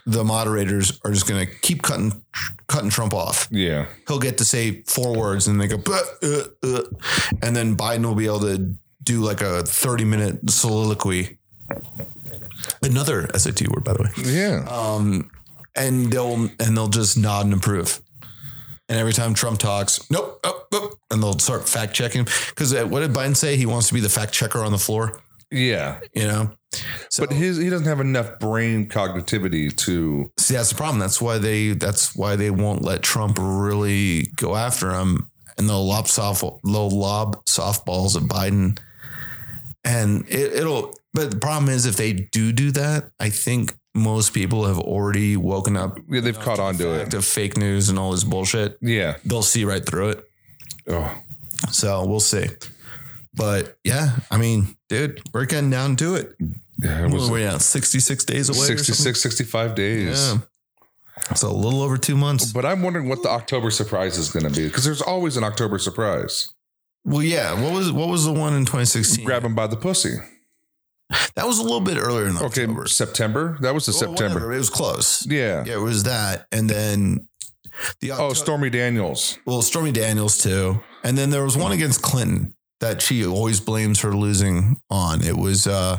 the moderators are just going to keep cutting cutting Trump off.
yeah.
He'll get to say four words, and they go, "Bah, uh, uh," and then Biden will be able to do like a thirty minute soliloquy. Another SAT word, by the way,
Yeah.
Um, and they'll and they'll just nod and approve. And every time Trump talks, nope, oh, oh, and they'll uh, start fact checking. Because what did Biden say? He wants to be the fact checker on the floor
yeah.
you know
So
But his he doesn't have enough brain cognitivity to
See, that's the problem. That's why they. That's why they won't let Trump really go after him, and they'll lob soft, they'll lob softballs at Biden, and it, it'll. But the problem is, if they do do that, I think most people have already woken up
yeah, they've caught on to it.
to fake news and all this bullshit.
Yeah.
They'll see right through it.
Oh.
So we'll see. But yeah, I mean, dude, we're getting down to it.
Yeah, it
What
was
are we at? Sixty-six days away. or something?
66, 65 days.
Yeah. So a little over two months.
But I'm wondering what the October surprise is going to be because there's always an October surprise.
Well, yeah. What was what was the one in 2016?
Grab him by the pussy.
That was a little bit earlier in
Okay,
October.
September. That was the
Well,
September.
whatever, It was close.
Yeah.
Yeah, it was that, and then the
Oh,
Octo-
Stormy Daniels.
well, Stormy Daniels too, and then there was one against Clinton that she always blames her losing on. It was, uh,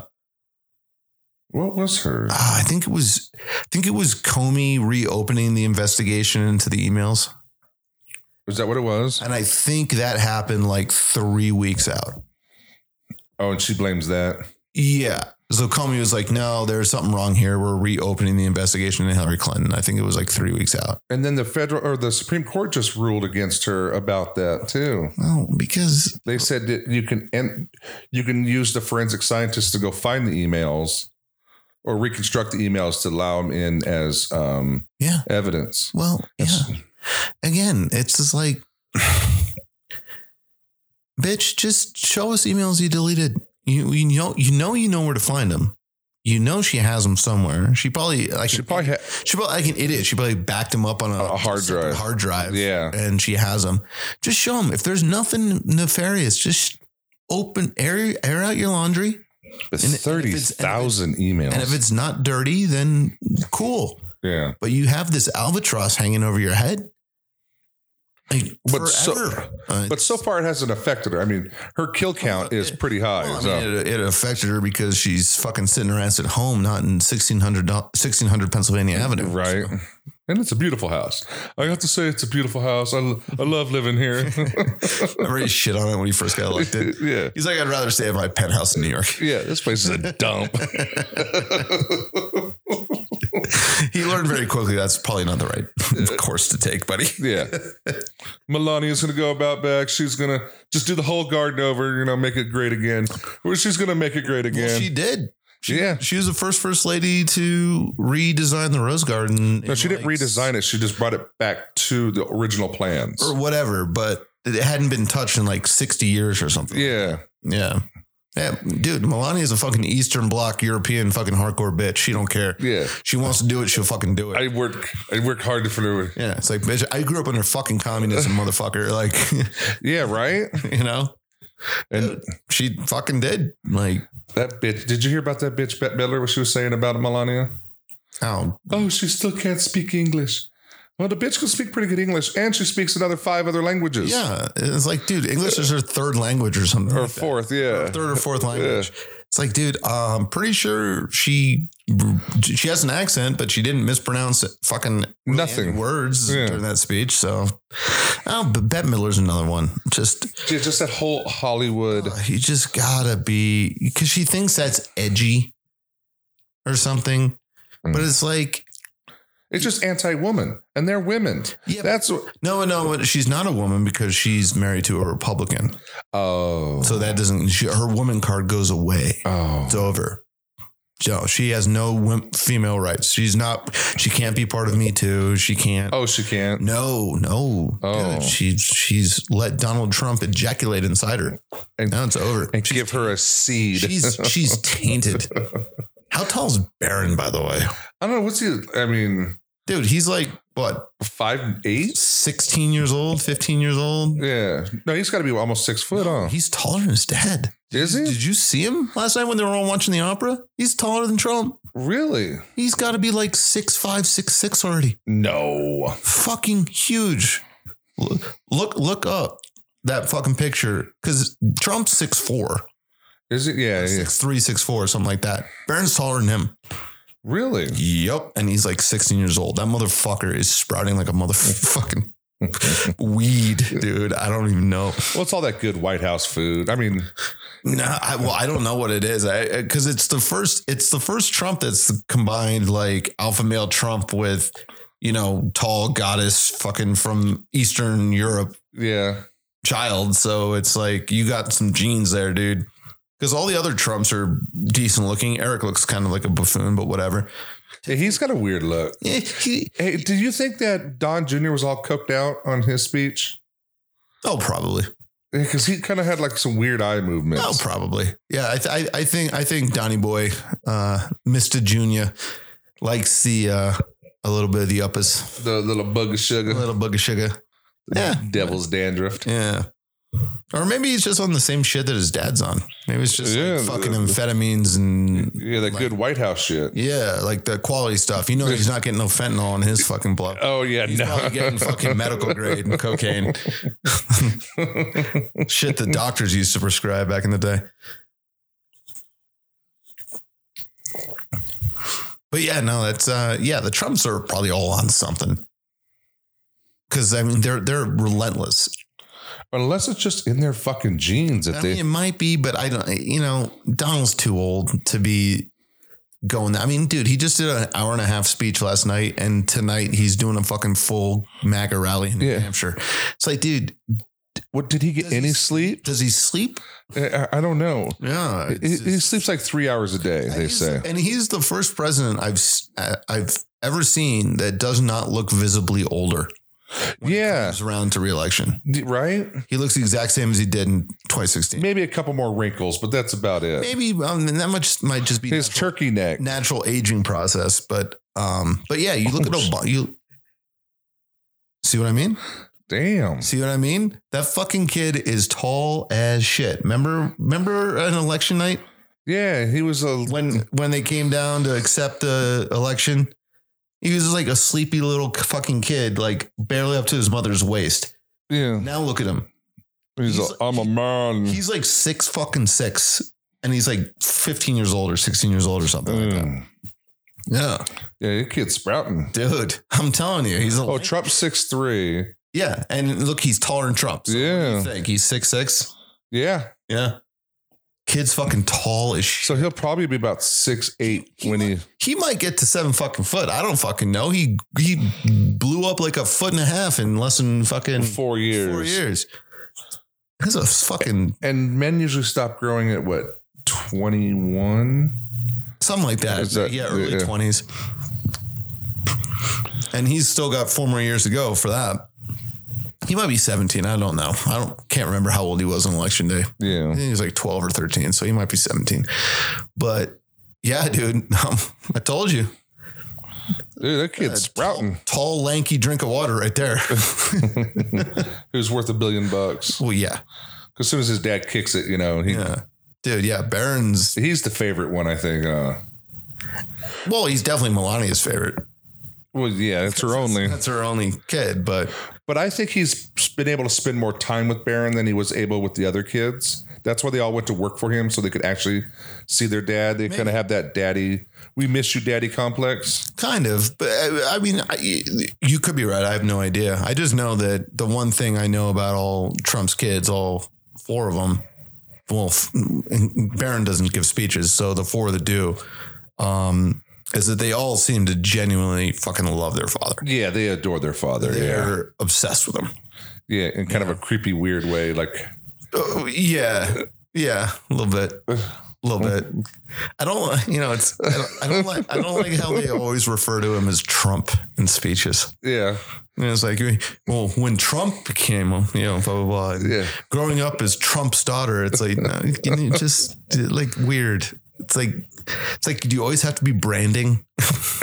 What was her?
ah, I think it was, I think it was Comey reopening the investigation into the emails,
Is that what it was?
and I think that happened like three weeks out.
Oh, and she blames that.
Yeah. So Comey was like, no, there's something wrong here. We're reopening the investigation into Hillary Clinton. I think it was like three weeks out.
And then the federal or the Supreme Court just ruled against her about that too.
Well, because
They said that you can and you can use the forensic scientists to go find the emails or reconstruct the emails to allow them in as um,
Yeah.
evidence.
well, yeah. Again, it's just like [SIGHS] bitch, just show us emails you deleted. You you know you know you know where to find them. You know she has them somewhere. She probably like
She probably had
she probably like an idiot. She probably backed them up on a,
A hard drive.
Hard drive.
yeah.
and she has them. Just show them. If there's nothing nefarious, just open air air out your laundry.
But
And if it's-
thirty thousand emails.
And if it's not dirty, then cool.
yeah.
But you have this albatross hanging over your head. Like
But so-
forever. Uh,
But so far it hasn't affected her. I mean, her kill count is uh, pretty high.
well, I
so-
mean, it, it affected her because she's fucking sitting her ass at home, not in 1600, do- 1600 Pennsylvania Avenue. [LAUGHS]
Right. And it's a beautiful house. I have to say, it's a beautiful house. I, I love living
[LAUGHS]
here. [LAUGHS]
I already shit on it when he first got elected.
yeah.
He's like, I'd rather stay at my penthouse in New York. [LAUGHS]
Yeah. This place is a dump.
He learned very quickly that's probably not the right [LAUGHS] course to take, buddy.
yeah. [LAUGHS] Melania's going to go about back. She's going to just do the whole garden over, you know, make it great again. Or she's going to make it great
Well,
again.
she did. She,
Yeah.
she was the first first lady to redesign the rose garden.
no, she didn't redesign it. She just brought it back to the original plans.
or whatever, but it hadn't been touched in like sixty years or something.
Yeah.
yeah, yeah. Dude, Melania's a fucking Eastern Bloc European fucking hardcore bitch. She don't care.
Yeah.
She wants to do it. She'll fucking do it.
I work, I work hard for it.
yeah, it's like bitch. I grew up under
[LAUGHS]
fucking communism, motherfucker. Like, [LAUGHS]
Yeah. Right.
you know,
And
she fucking did. Like,
that bitch, did you hear about that bitch, Bette Midler, what she was saying about Melania?
oh,
Oh, she still can't speak English. Well, the bitch can speak pretty good English, and she speaks another five other languages.
yeah. It's like, dude, English is her third language or something.
Or
like that.
fourth, yeah.
third or fourth language. It's like, dude, I'm pretty sure she she has an accent, but she didn't mispronounce it. Fucking really
Nothing.
any words
Yeah.
during that speech. So, oh, but Bette Midler's another one. Just uh,
Yeah, just that whole Hollywood.
you just gotta be because she thinks that's edgy or something.
Hmm.
But it's like,
It's just anti woman, and they're women.
yeah,
That's what.
no, no, she's not a woman because she's married to a Republican.
Oh.
So that doesn't she, her woman card goes away.
oh.
It's over. So she has no wim- female rights. She's not. She can't be part of Me Too. She can't.
Oh, she can't.
No, no.
Oh.
Dude, she she's let Donald Trump ejaculate inside her.
And-
now it's over.
And give her a seed.
She's she's tainted. How tall is Barron, by the way?
I don't know. What's he? I mean,
Dude, he's like what,
five, eight?
sixteen years old, fifteen years old.
Yeah. No, he's got to be almost six foot, huh?
He's taller than his dad.
Is he?
Did you see him last night when they were all watching the opera? He's taller than Trump.
Really?
He's got to be like six five, six six already.
No.
fucking huge. Look, look, look up that fucking picture because Trump's six four,
Is it? Yeah. yeah.
six three, six four, something like that. Barron's taller than him.
Really?
Yep, and he's like sixteen years old. That motherfucker is sprouting like a motherfucking weed, dude. I don't even know.
Well, it's all that good White House food. I mean,
No, I, well, I don't know what it is. I because it's the first, it's the first Trump that's combined like alpha male Trump with, you know, tall goddess fucking from Eastern Europe
Yeah.
child. So it's like you got some genes there, dude. Because all the other Trumps are decent looking. Eric looks kind of like a buffoon, but whatever.
Yeah, He's got a weird look.
Eh, he-
Hey, do you think that Don Jr. was all cooked out on his speech?
oh, probably.
Because he kind of had like some weird eye movements.
Oh, probably. Yeah, I, th- I, I think I think Donny Boy, uh, Mister Junior, likes the uh, a little bit of the uppers,
the little bug of
a
sugar,
little bug of sugar. Yeah,
devil's dandruff.
yeah. Or maybe he's just on the same shit that his dad's on. Maybe it's just
Yeah,
like fucking
the-
amphetamines and
Yeah, that good White House shit.
yeah, like the quality stuff. You know, he's not getting no fentanyl on his fucking blood.
Oh yeah,
He's probably getting fucking medical grade and cocaine. Shit that doctors used to prescribe back in the day. But yeah, no, that's uh yeah, the Trumps are probably all on something. Cause I mean they're they're relentless.
[LAUGHS] Unless it's just in their fucking genes that
I
they.
mean it might be, but I don't you know, Donald's too old to be going I mean, dude, he just did an hour and a half speech last night and tonight he's doing a fucking full MAGA rally in New
Yeah.
Hampshire. It's like, dude,
what did he get?
Does
Any
he-
sleep?
does he sleep?
I, I don't know.
Yeah.
He, he sleeps like three hours a day. They
he's-
say.
And he's the first president I've s- I- I've ever seen that does not look visibly older.
Yeah.
He's around to reelection.
D- Right.
He looks the exact same as he did in 2016.
Maybe a couple more wrinkles, but that's about it.
Maybe um, and that much might just be
His
natural,
turkey neck.
natural aging process, but um, but yeah, you look at
Oh,
Obama. You see what I mean?
Hmm. Damn.
See what I mean? That fucking kid is tall as shit. Remember, remember an election night
Yeah, he was a.
when when they came down to accept the election, he was like a sleepy little fucking kid, like barely up to his mother's waist.
Yeah,
Now look at him.
he's,
he's-
a. I'm a man.
He's like six fucking six, and he's like fifteen years old or sixteen years old or something like that.
Mm.
Yeah,
Yeah, your kid's sprouting.
dude, I'm telling you, he's a
Oh, Trump's six three.
yeah. And look, he's taller than Trump. So
Yeah,
what do you think he's six six.
yeah.
Yeah, kid's fucking tall as shit.
So he'll probably be about six eight when he.
he might get to seven fucking foot. I don't fucking know. He he blew up like a foot and a half in less than fucking
Four
Four
years.
years. That's a fucking
And men usually stop growing at what twenty one.
something like that.
Is that-
yeah, early
yeah.
twenties. And he's still got four more years to go for that. He might be seventeen. I don't know. I don't can't remember how old he was on election day. I
Yeah,
think he was like twelve or thirteen, so he might be seventeen. But yeah, dude, [LAUGHS] um, I told you,
dude, that kid's sprouting.
tall, lanky drink of water right
[LAUGHS]
there.
Who's worth a billion bucks?
well, yeah,
As soon as his dad kicks it, you know he.
yeah, dude, yeah. Barron's.
He's the favorite one, I think. Uh,
Well, he's definitely Melania's favorite.
well, yeah, it's her only.
That's her only kid, but
But I think he's been able to spend more time with Baron than he was able with the other kids. That's why they all went to work for him so they could actually see their dad. They kind of have that daddy, we miss you, daddy complex.
Kind of, but uh, I, I mean, I, you could be right. I have no idea. I just know that the one thing I know about all Trump's kids, all four of them, well, f- and Barron doesn't give speeches, so the four that do, um, is that they all seem to genuinely fucking love their father.
Yeah, they adore their father. yeah.
They're obsessed with him.
Yeah, in kind of a creepy, weird way. Like,
Oh, yeah, yeah, a little bit, a little bit. I don't, you know, it's I don't, I don't like I don't like how they always refer to him as Trump in speeches.
yeah,
And it's like, well, when Trump became, um, you know, blah blah blah.
Yeah.
Growing up as Trump's daughter, it's like, no, can you just like weird. It's like, it's like, do you always have to be branding?
[LAUGHS]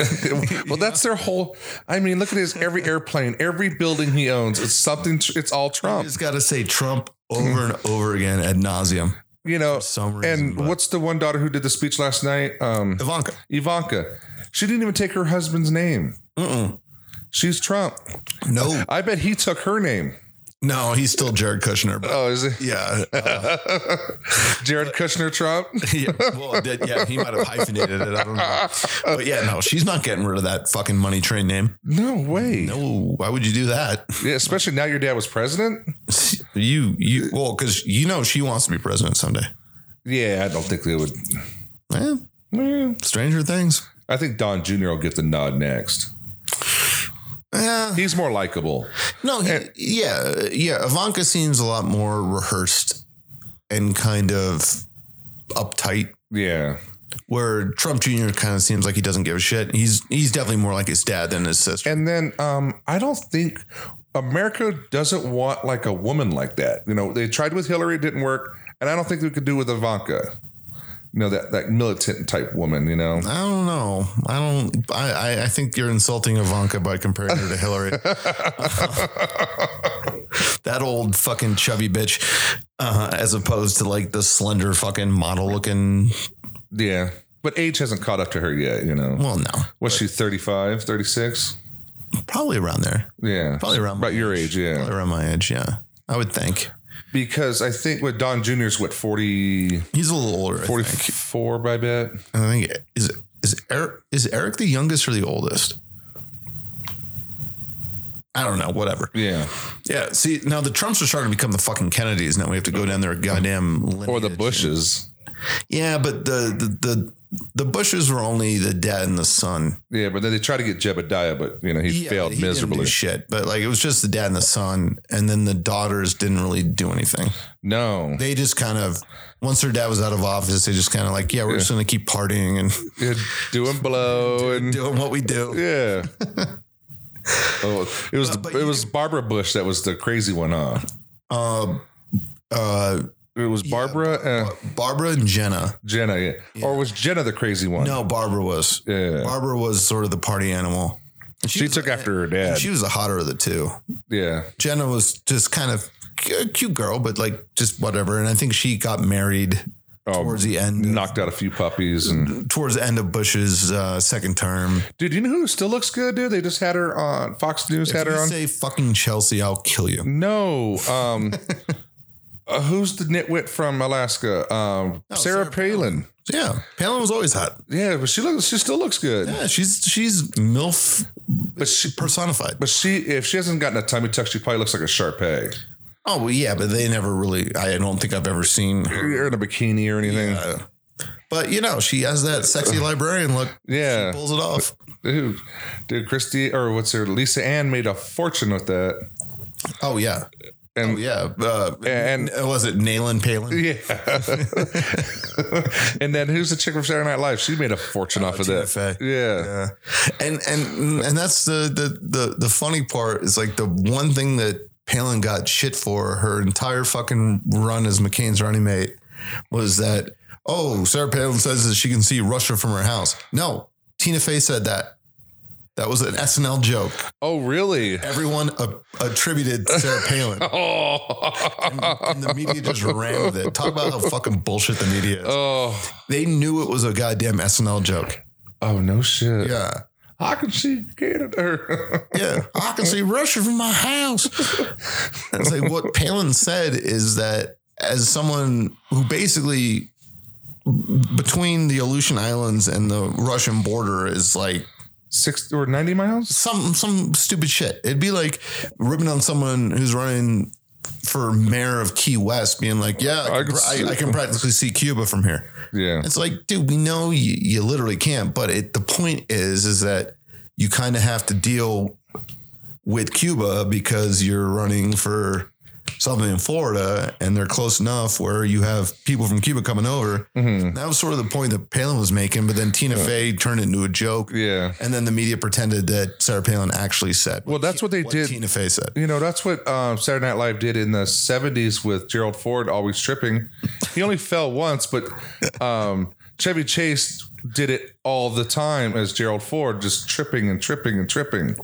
well, that's their whole. I mean, look at his every airplane, every building he owns. It's something. tr- It's all
You
Trump.
just got to say Trump over and over again ad nauseum.
You know.
Some reason,
And
but-
what's the one daughter who did the speech last night? Um,
Ivanka.
Ivanka. She didn't even take her husband's name.
Mm-mm.
She's Trump.
No,
I bet he took her name.
no, he's still Jared Kushner.
[LAUGHS]
But
Oh, is it
yeah, uh,
Jared Kushner Trump?
yeah. Well, that- yeah, he might have hyphenated it. I don't know. But yeah, no, she's not getting rid of that fucking money train name.
No way.
No, why would you do that?
Yeah, especially now your dad was president.
You you well because you know she wants to be president someday.
Yeah, I don't think they would.
Eh, Stranger Things.
I think Don Jr. will get the nod next.
Yeah.
He's more likable.
No, he, yeah, yeah. Ivanka seems a lot more rehearsed and kind of uptight.
Yeah.
Where Trump Jr. kind of seems like he doesn't give a shit. He's he's definitely more like his dad than his sister.
And then um, I don't think America doesn't want like a woman like that. You know, they tried with Hillary, it didn't work, and I don't think we could do with Ivanka. You know that that militant type woman. You know,
I don't know. I don't. I, I- I think you're insulting Ivanka by comparing her to [LAUGHS] Hillary. that old fucking chubby bitch, uh, as opposed to like the slender fucking model looking.
yeah. But age hasn't caught up to her yet. You know,
Well, no,
what's she 35, 36?
probably around there,
Yeah,
Probably around my
about your age. Yeah,
around my age. Yeah, I would think
because I think with Don Jr.'s what 40,
he's a little older. I
44 by bet.
And I think is is Eric is Eric the youngest or the oldest? I don't know. Whatever.
Yeah,
Yeah. See, now the Trumps are starting to become the fucking Kennedys. Now we have to go down their goddamn lineage.
or the Bushes.
Yeah, but the the the. The Bushes were only the dad and the son.
Yeah, but then they tried to get Jebediah, but you know he
Yeah,
failed
but he didn't do
miserably.
shit, but like it was just the dad and the son, and then the daughters didn't really do anything.
No,
They just kind of once their dad was out of office, they just kind of like, yeah, we're just gonna keep partying and
Yeah, doing blow and
doing what we do.
Yeah. oh, it was
but
it
you
was Barbara Bush that was the crazy one, huh?
[LAUGHS] Uh,
It was Barbara and
Barbara and Jenna.
Jenna, yeah. Or was Jenna the crazy one?
No, Barbara was.
Yeah.
Barbara was sort of the party animal. And
she took after her dad.
She was the hotter of the two.
yeah,
Jenna was just kind of a cute girl, but like just whatever. And I think she got married
Oh,
towards the end,
knocked out a few puppies and
towards the end of Bush's uh, second term.
dude. You know who still looks good, dude? They just had her on Fox News. had
If
her
you
on.
say fucking Chelsea, I'll kill you.
no,
[LAUGHS]
um, uh, who's the nitwit from Alaska? Um, Sarah,
Oh, Sarah
Palin.
Yeah, Palin was always hot.
Yeah, but she looks. She still looks good.
Yeah, she's she's milf
But she,
personified.
but she, if she hasn't gotten a tummy tuck, she probably looks like a sharp peg.
oh well, yeah, but they never really. I don't think I've ever seen. her.
or in a bikini or anything. Yeah.
But you know, she has that
[LAUGHS]
sexy librarian look. Pulls it off.
Dude, dude, Christy or what's her Lisa Ann made a fortune with that.
Oh yeah,
And-
oh, yeah. Uh,
And-
and was it Nayland Palin?
Yeah. [LAUGHS] and then who's the chick from Saturday Night Live? Oh, She made a fortune off of
Tina
that.
Fey.
Yeah.
Yeah. And and and that's the, the the the funny part is like the one thing that Palin got shit for her entire fucking run as McCain's running mate was that oh Sarah Palin says that she can see Russia from her house. No, Tina Fey said that. That was an SNL joke.
Oh, really?
Everyone a- attributed
[LAUGHS]
to Sarah Palin,
Oh. [LAUGHS]
and the media just ran with it. Talk about how fucking bullshit the media is.
oh.
They knew it was a goddamn SNL joke.
Oh, no shit.
Yeah.
How can she get at her? [LAUGHS]
Yeah. I can see Russia from my house. [LAUGHS] And it's like what Palin said is that as someone who basically between the Aleutian Islands and the Russian border is like
Six or 90 miles?
some some stupid shit. It'd be like ripping on someone who's running for mayor of Key West, being like, "Yeah, I
I
can,
can see-
I, I can practically see Cuba from here."
Yeah.
It's like, dude, we know you, you literally can't. But it, the point is, is that you kind of have to deal with Cuba because you're running for something in Florida, and they're close enough where you have people from Cuba coming over.
Mm-hmm.
That was sort of the point that Palin was making, but then Tina Fey turned it into a joke,
Yeah.
and then the media pretended that Sarah Palin actually said.
Well, that's what they
what
did.
Tina Fey said.
You know, that's what um, Saturday Night Live did in the 70s with Gerald Ford always tripping. He only fell once, but um, Chevy Chase did it all the time as Gerald Ford, just tripping and tripping and tripping.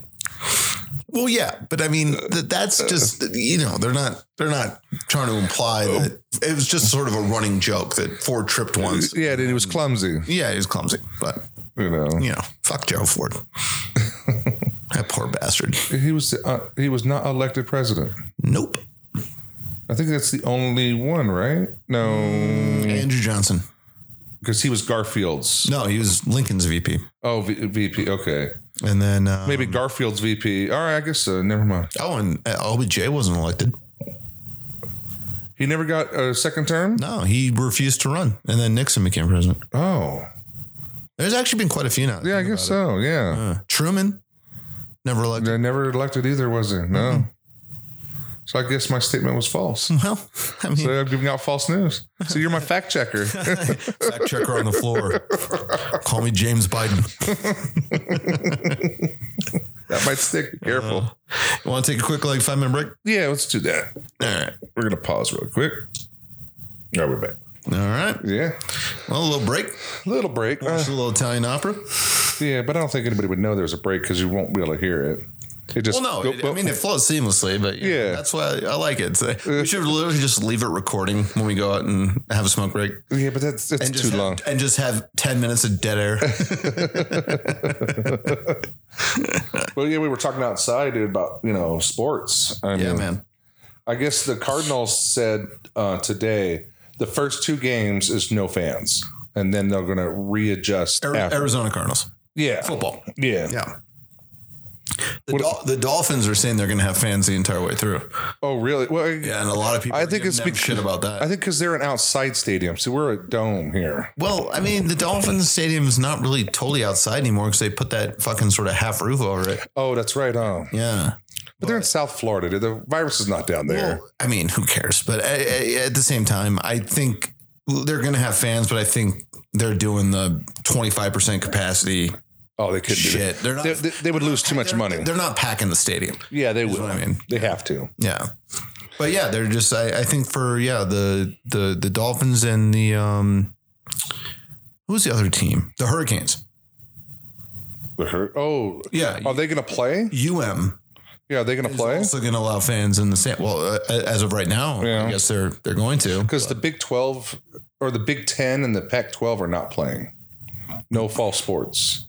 Well, yeah, but I mean,
Uh,
th- that's just you know they're not they're not trying to imply
Oh.
that it was just sort of a running joke that Ford tripped once.
Yeah, and he was clumsy,
Yeah, he was clumsy, but
you know.
you know, fuck Gerald
[LAUGHS]
Ford, that poor bastard.
He was uh, he was not elected president.
Nope,
I think that's the only one, right? No,
Andrew Johnson.
because he was Garfield's.
No, he was Lincoln's VP,
Oh, v- VP. Okay,
and then uh,
maybe Garfield's VP. All right, I guess so. Never mind.
oh, and uh, LBJ wasn't elected.
He never got a second term.
No, he refused to run, and then Nixon became president.
Oh,
There's actually been quite a few now.
yeah, I guess so. Yeah,
Uh, Truman never elected.
They never elected either, was it? No. So I guess my statement was false.
Well, [LAUGHS] I mean,
so I'm giving out false news. So
[LAUGHS]
you're my fact checker.
fact checker on the floor. Call me James Biden.
that might stick. Be careful.
Uh-huh. Want to take a quick, like, five minute break?
yeah, let's do that.
All right.
We're gonna pause really quick. Now we're back.
All right.
Yeah,
Well, a little break.
little break. Uh,
Watch a little Italian opera.
yeah, but I don't think anybody would know there was a break because you won't be able to hear it. It just
Well, no, it, I mean, it flows seamlessly, but yeah,
Yeah.
that's why I, I like it. So we should literally just leave it recording when we go out and have a smoke break.
yeah, but that's it's
And
too
just have,
long.
And just have 10 minutes of dead air.
[LAUGHS] Well, yeah, we were talking outside dude, about you know sports. I
yeah,
mean,
man.
I guess the Cardinals said uh, today the first two games is no fans, and then they're going to readjust.
Ari-
after.
Arizona Cardinals.
yeah,
Football.
yeah,
Yeah. The, Dol- the Dolphins are saying they're going to have fans the entire way through.
Oh, really? Well,
Yeah, and a lot of people.
I
are
think
giving
it's
them
bec-
shit about that.
I think because they're an outside stadium, so we're a dome here.
well, I mean, the Dolphins Stadium is not really totally outside anymore because they put that fucking sort of half roof over it.
Oh, that's right. Oh,
Yeah.
but they're in South Florida. dude. The virus is not down there.
Well, I mean, who cares? But a- a- at the same time, I think they're going to have fans, but I think they're doing the 25% capacity
oh, they couldn't do
shit. They're not.
that. They, they, they would lose too much money.
They're not packing the stadium.
yeah, they would.
what I mean.
They have to.
Yeah. But yeah, they're just I, I think for yeah, the the the Dolphins and the um who's the other team? The Hurricanes.
The hurt. Oh,
Yeah.
Are they going to play?
UM
Yeah, are they going to
is
play?
also going to allow fans in the stand. Well, uh, as of right now, I
Yeah.
guess they're they're going to.
Because the Big Twelve or the Big Ten and the Pac twelve are not playing. No fall sports.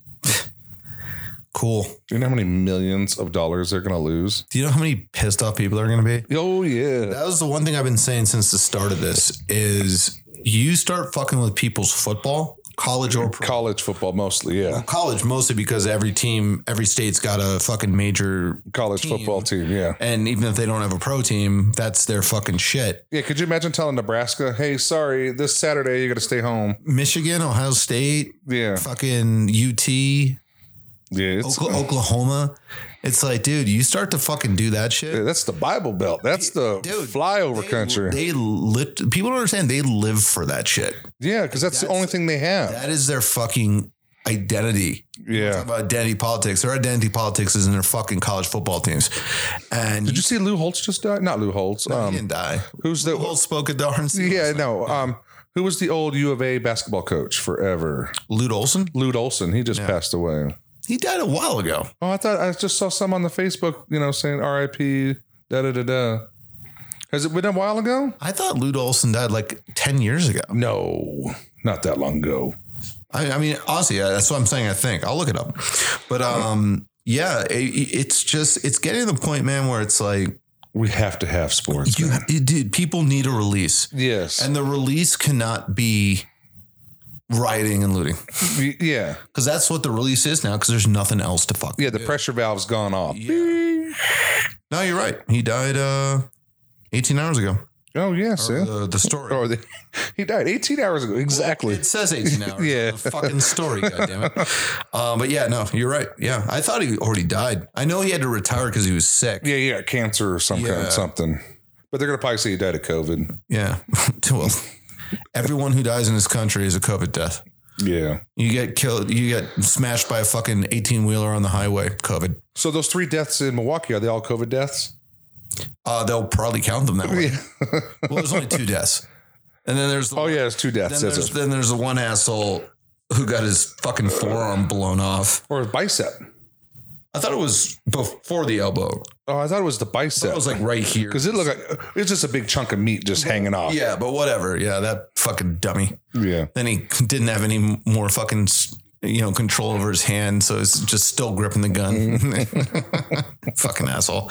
Cool.
Do you know how many millions of dollars they're going to lose?
Do you know how many pissed off people are going to be?
Oh yeah,
That was the one thing I've been saying since the start of this is you start fucking with people's football, college or pro.
college football mostly. Yeah,
college mostly because every team, every state's got a fucking major
college football team. Yeah,
and even if they don't have a pro team, that's their fucking shit.
yeah. Could you imagine telling Nebraska, "Hey, sorry, this Saturday you got to stay home."
Michigan, Ohio State,
Yeah,
fucking UT,
yeah. It's,
Okla- Oklahoma. It's like, dude, you start to fucking do that shit.
that's the Bible Belt. That's the
Dude,
flyover country.
They lit people don't understand they live for that shit.
yeah, because that's, the only thing they have.
That is their fucking identity.
yeah.
about identity politics. Their identity politics is in their fucking college football teams. And
Did you see Lou Holtz just died? Not Lou Holtz.
he
um,
didn't die.
who's
The
the
whole spoke at the RNC.
Yeah, no. Um, who was the old U of A basketball coach forever?
Lute Olson.
Lute Olson. He just passed away.
He died a while ago.
Oh, I thought I just saw some on the Facebook, you know, saying R.I.P. Da da da da. Has it been a while ago?
I thought Lute Olson died like ten years ago.
No, not that long ago.
I, I mean, honestly, yeah, that's what I'm saying. I think I'll look it up. But um, yeah, it, it's just it's getting to the point, man, where it's like
We have to have sports.
you,
man.
it, dude, people need a release,
yes.
and the release cannot be rioting and looting
Y- yeah.
because that's what the release is now. Because there's nothing else to fuck.
Yeah. The pressure valve's gone off.
No, you're right. He died uh 18 hours ago. uh,
Oh yes. Yeah.
The, the story.
Or the, [LAUGHS] he died 18 hours ago. Exactly.
It
[LAUGHS]
says 18 hours.
Yeah.
The fucking story, goddammit.
[LAUGHS]
Um, but yeah, no, you're right. Yeah. I thought he already died. I know he had to retire because he was sick.
Yeah. Yeah. Cancer or some kind
Yeah.
of something. But they're gonna probably say he died of COVID.
Yeah. [LAUGHS] well, everyone who dies in this country is a COVID death.
Yeah.
You get killed, you get smashed by a fucking 18 wheeler on the highway, COVID.
So those three deaths in Milwaukee are they all COVID deaths?
Uh, they'll probably count them that way. Well, there's only two deaths. And then there's the
Oh yeah, it's two deaths.
then
That's
there's,
it.
then there's the one asshole who got his fucking forearm blown off.
Or a bicep.
I thought it was before the elbow.
Oh, I thought it was the
It
bicep
was like right here.
because it looked like it's just a big chunk of meat just hanging off.
Yeah, but whatever. Yeah, that fucking dummy.
Yeah.
Then he didn't have any more fucking you know control over his hand, so it's just still gripping the gun.
Mm-hmm.
[LAUGHS] fucking asshole.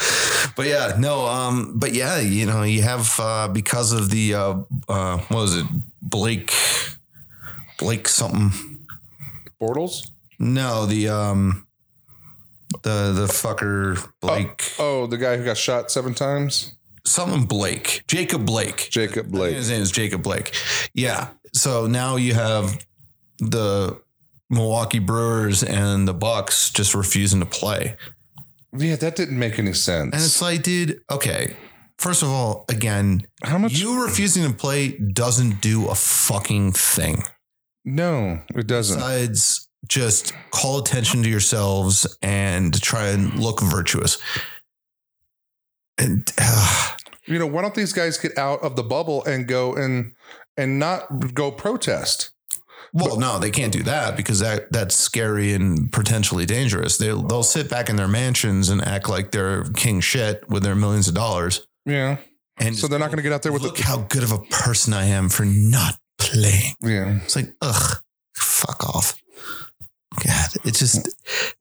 But yeah, no. Um, but yeah, you know, you have uh, because of the uh, uh, what was it, Blake, Blake something.
Bortles.
No, the um, the the fucker Blake.
Oh, the guy who got shot seven times.
something Blake, Jacob Blake.
Jacob
I think
Blake.
His name is Jacob Blake. Yeah. So now you have the Milwaukee Brewers and the Bucks just refusing to play.
Yeah, that didn't make any sense.
And it's like, dude, okay. First of all, again,
How much?
you refusing to play doesn't do a fucking thing
no, it doesn't.
uh, besides just call attention to yourselves and try and look virtuous. And uh,
you know, why don't these guys get out of the bubble and go and and not go protest?
Well, no, they can't do that because that that's scary and potentially dangerous. They they'll sit back in their mansions and act like they're king shit with their millions of dollars.
Yeah.
And
So they're not going to get out there with
look
the
how good of a person I am for not playing.
yeah.
It's like ugh, fuck off. God, it's just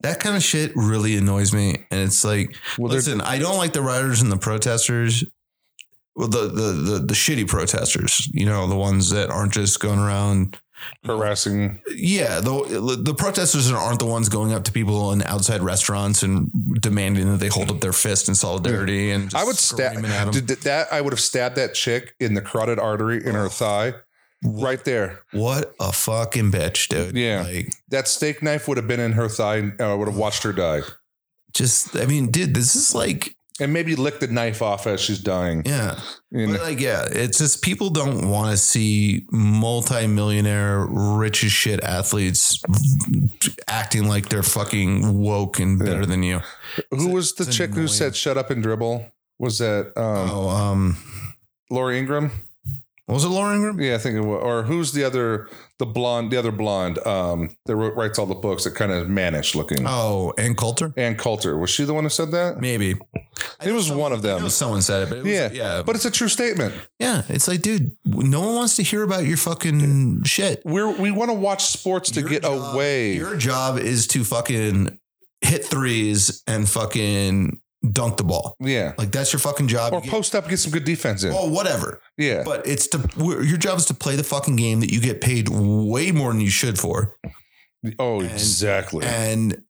that kind of shit really annoys me. And it's like,
Well, they're
listen, I don't like the rioters and the protesters. Well, the, the the the shitty protesters, you know, the ones that aren't just going around
harassing.
yeah, the the protesters aren't the ones going up to people in outside restaurants and demanding that they hold up their fist in solidarity. And just
I would stab
screaming at 'em.
did that. I would have stabbed that chick in the carotid artery in her thigh, right there.
What a fucking bitch, dude!
Yeah.
like
That steak knife would have been in her thigh. And I would have watched her die,
just I mean, dude, this is like
and maybe lick the knife off as she's dying.
yeah,
You
but
know?
like yeah, it's just people don't want to see multi-millionaire, rich as shit athletes acting like they're fucking woke and better than you.
Who was the
it's
chick who
annoying.
said "shut up and dribble"? Was that um,
Oh, um,
Lori Ingram?
was it Laura Ingram?
Yeah, I think it was. Or who's the other, the blonde, the other blonde um, that wrote, writes all the books that kind of mannish looking?
Oh, and Coulter.
Ann Coulter. Was she the one who said that?
Maybe
It was one of
I
them.
know someone said it, but it was,
Yeah.
yeah, yeah,
But it's a true statement.
yeah. It's like, dude, no one wants to hear about your fucking shit.
We're, we want to watch sports to
Your
get
job-
away.
Your job is to fucking hit threes and fucking dunk the ball.
Yeah.
Like that's your fucking job.
Or
You get-
post up, get some good defense in.
oh, whatever.
yeah.
But it's to we're- your job is to play the fucking game that you get paid way more than you should for.
oh, exactly.
And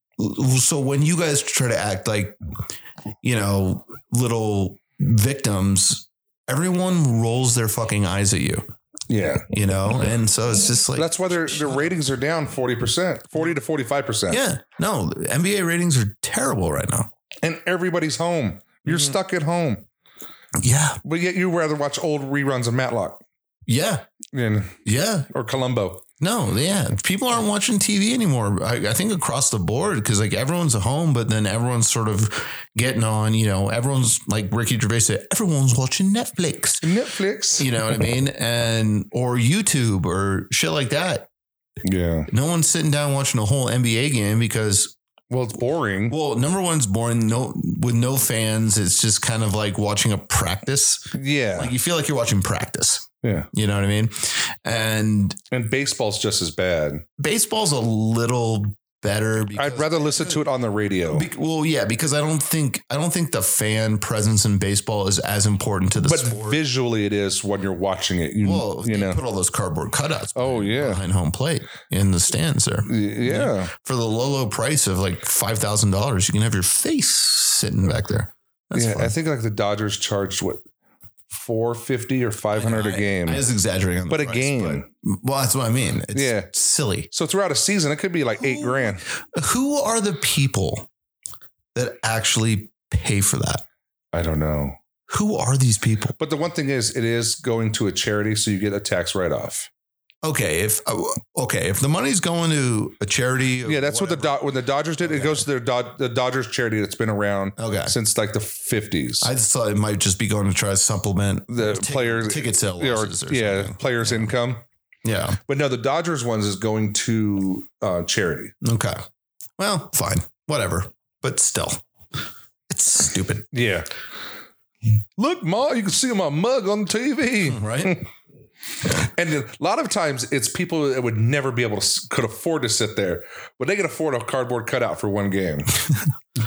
so when you guys try to act like, you know, little victims, everyone rolls their fucking eyes at you,
yeah.
you know? And so it's just like,
That's why their, their ratings are down 40%, 40 to 45%.
yeah, no, the NBA ratings are terrible right now.
And everybody's home. You're
Mm-hmm.
stuck at home.
Yeah.
But yet you rather watch old reruns of Matlock
Yeah.
and,
Yeah.
or Columbo.
No, yeah. People aren't watching TV anymore. I, I think across the board, because like everyone's at home, but then everyone's sort of getting on, you know, everyone's like Ricky Gervais said, everyone's watching Netflix.
Netflix.
You know what I mean? And or YouTube or shit like that.
Yeah.
No one's sitting down watching a whole NBA game because
Well, it's boring.
well, number one's boring. No, with no fans, it's just kind of like watching a practice.
yeah.
Like you feel like you're watching practice.
Yeah.
You know what I mean? And
and baseball's just as bad.
baseball's a little better. Because,
I'd rather listen to it on the radio.
Be- well, yeah, because I don't think I don't think the fan presence in baseball is as important to the
But
sport.
visually, it is when you're watching it. You,
well,
you
they
know.
put all those cardboard cutouts
Oh yeah,
behind home plate in the stands there.
Y- yeah.
for the low low price of like five thousand dollars, you can have your face sitting back there. That's
yeah.
fun.
I think like the Dodgers charged what four fifty or five hundred a
I-
game.
I was exaggerating, on the
But a
price,
game.
but- well, that's what I mean. It's
Yeah.
silly.
so throughout a season, it could be like eight grand.
Who are the people that actually pay for that?
I don't know.
Who are these people?
But the one thing is, it is going to a charity, so you get a tax write off.
Okay, if oh, okay, if the money's going to a charity, or
Yeah, that's what the
whatever-
Do- when the Dodgers did. It
Okay.
goes to their Dod- the Dodgers charity that's been around
okay.
since like the fifties.
I just thought it might just be going to try to supplement
The
ticket-
players-
ticket sale
Yeah, or-
losses. Or,
yeah,
something.
players' income.
yeah.
But no, the Dodgers ones is going to uh, charity.
Okay. Well, fine, whatever. But still,
[LAUGHS]
it's stupid.
Yeah. Look, Ma, you can see my mug on
[LAUGHS]
TV.
right?
And a lot of times it's people that would never be able to, s- could afford to sit there, but they can afford a cardboard cutout for one game.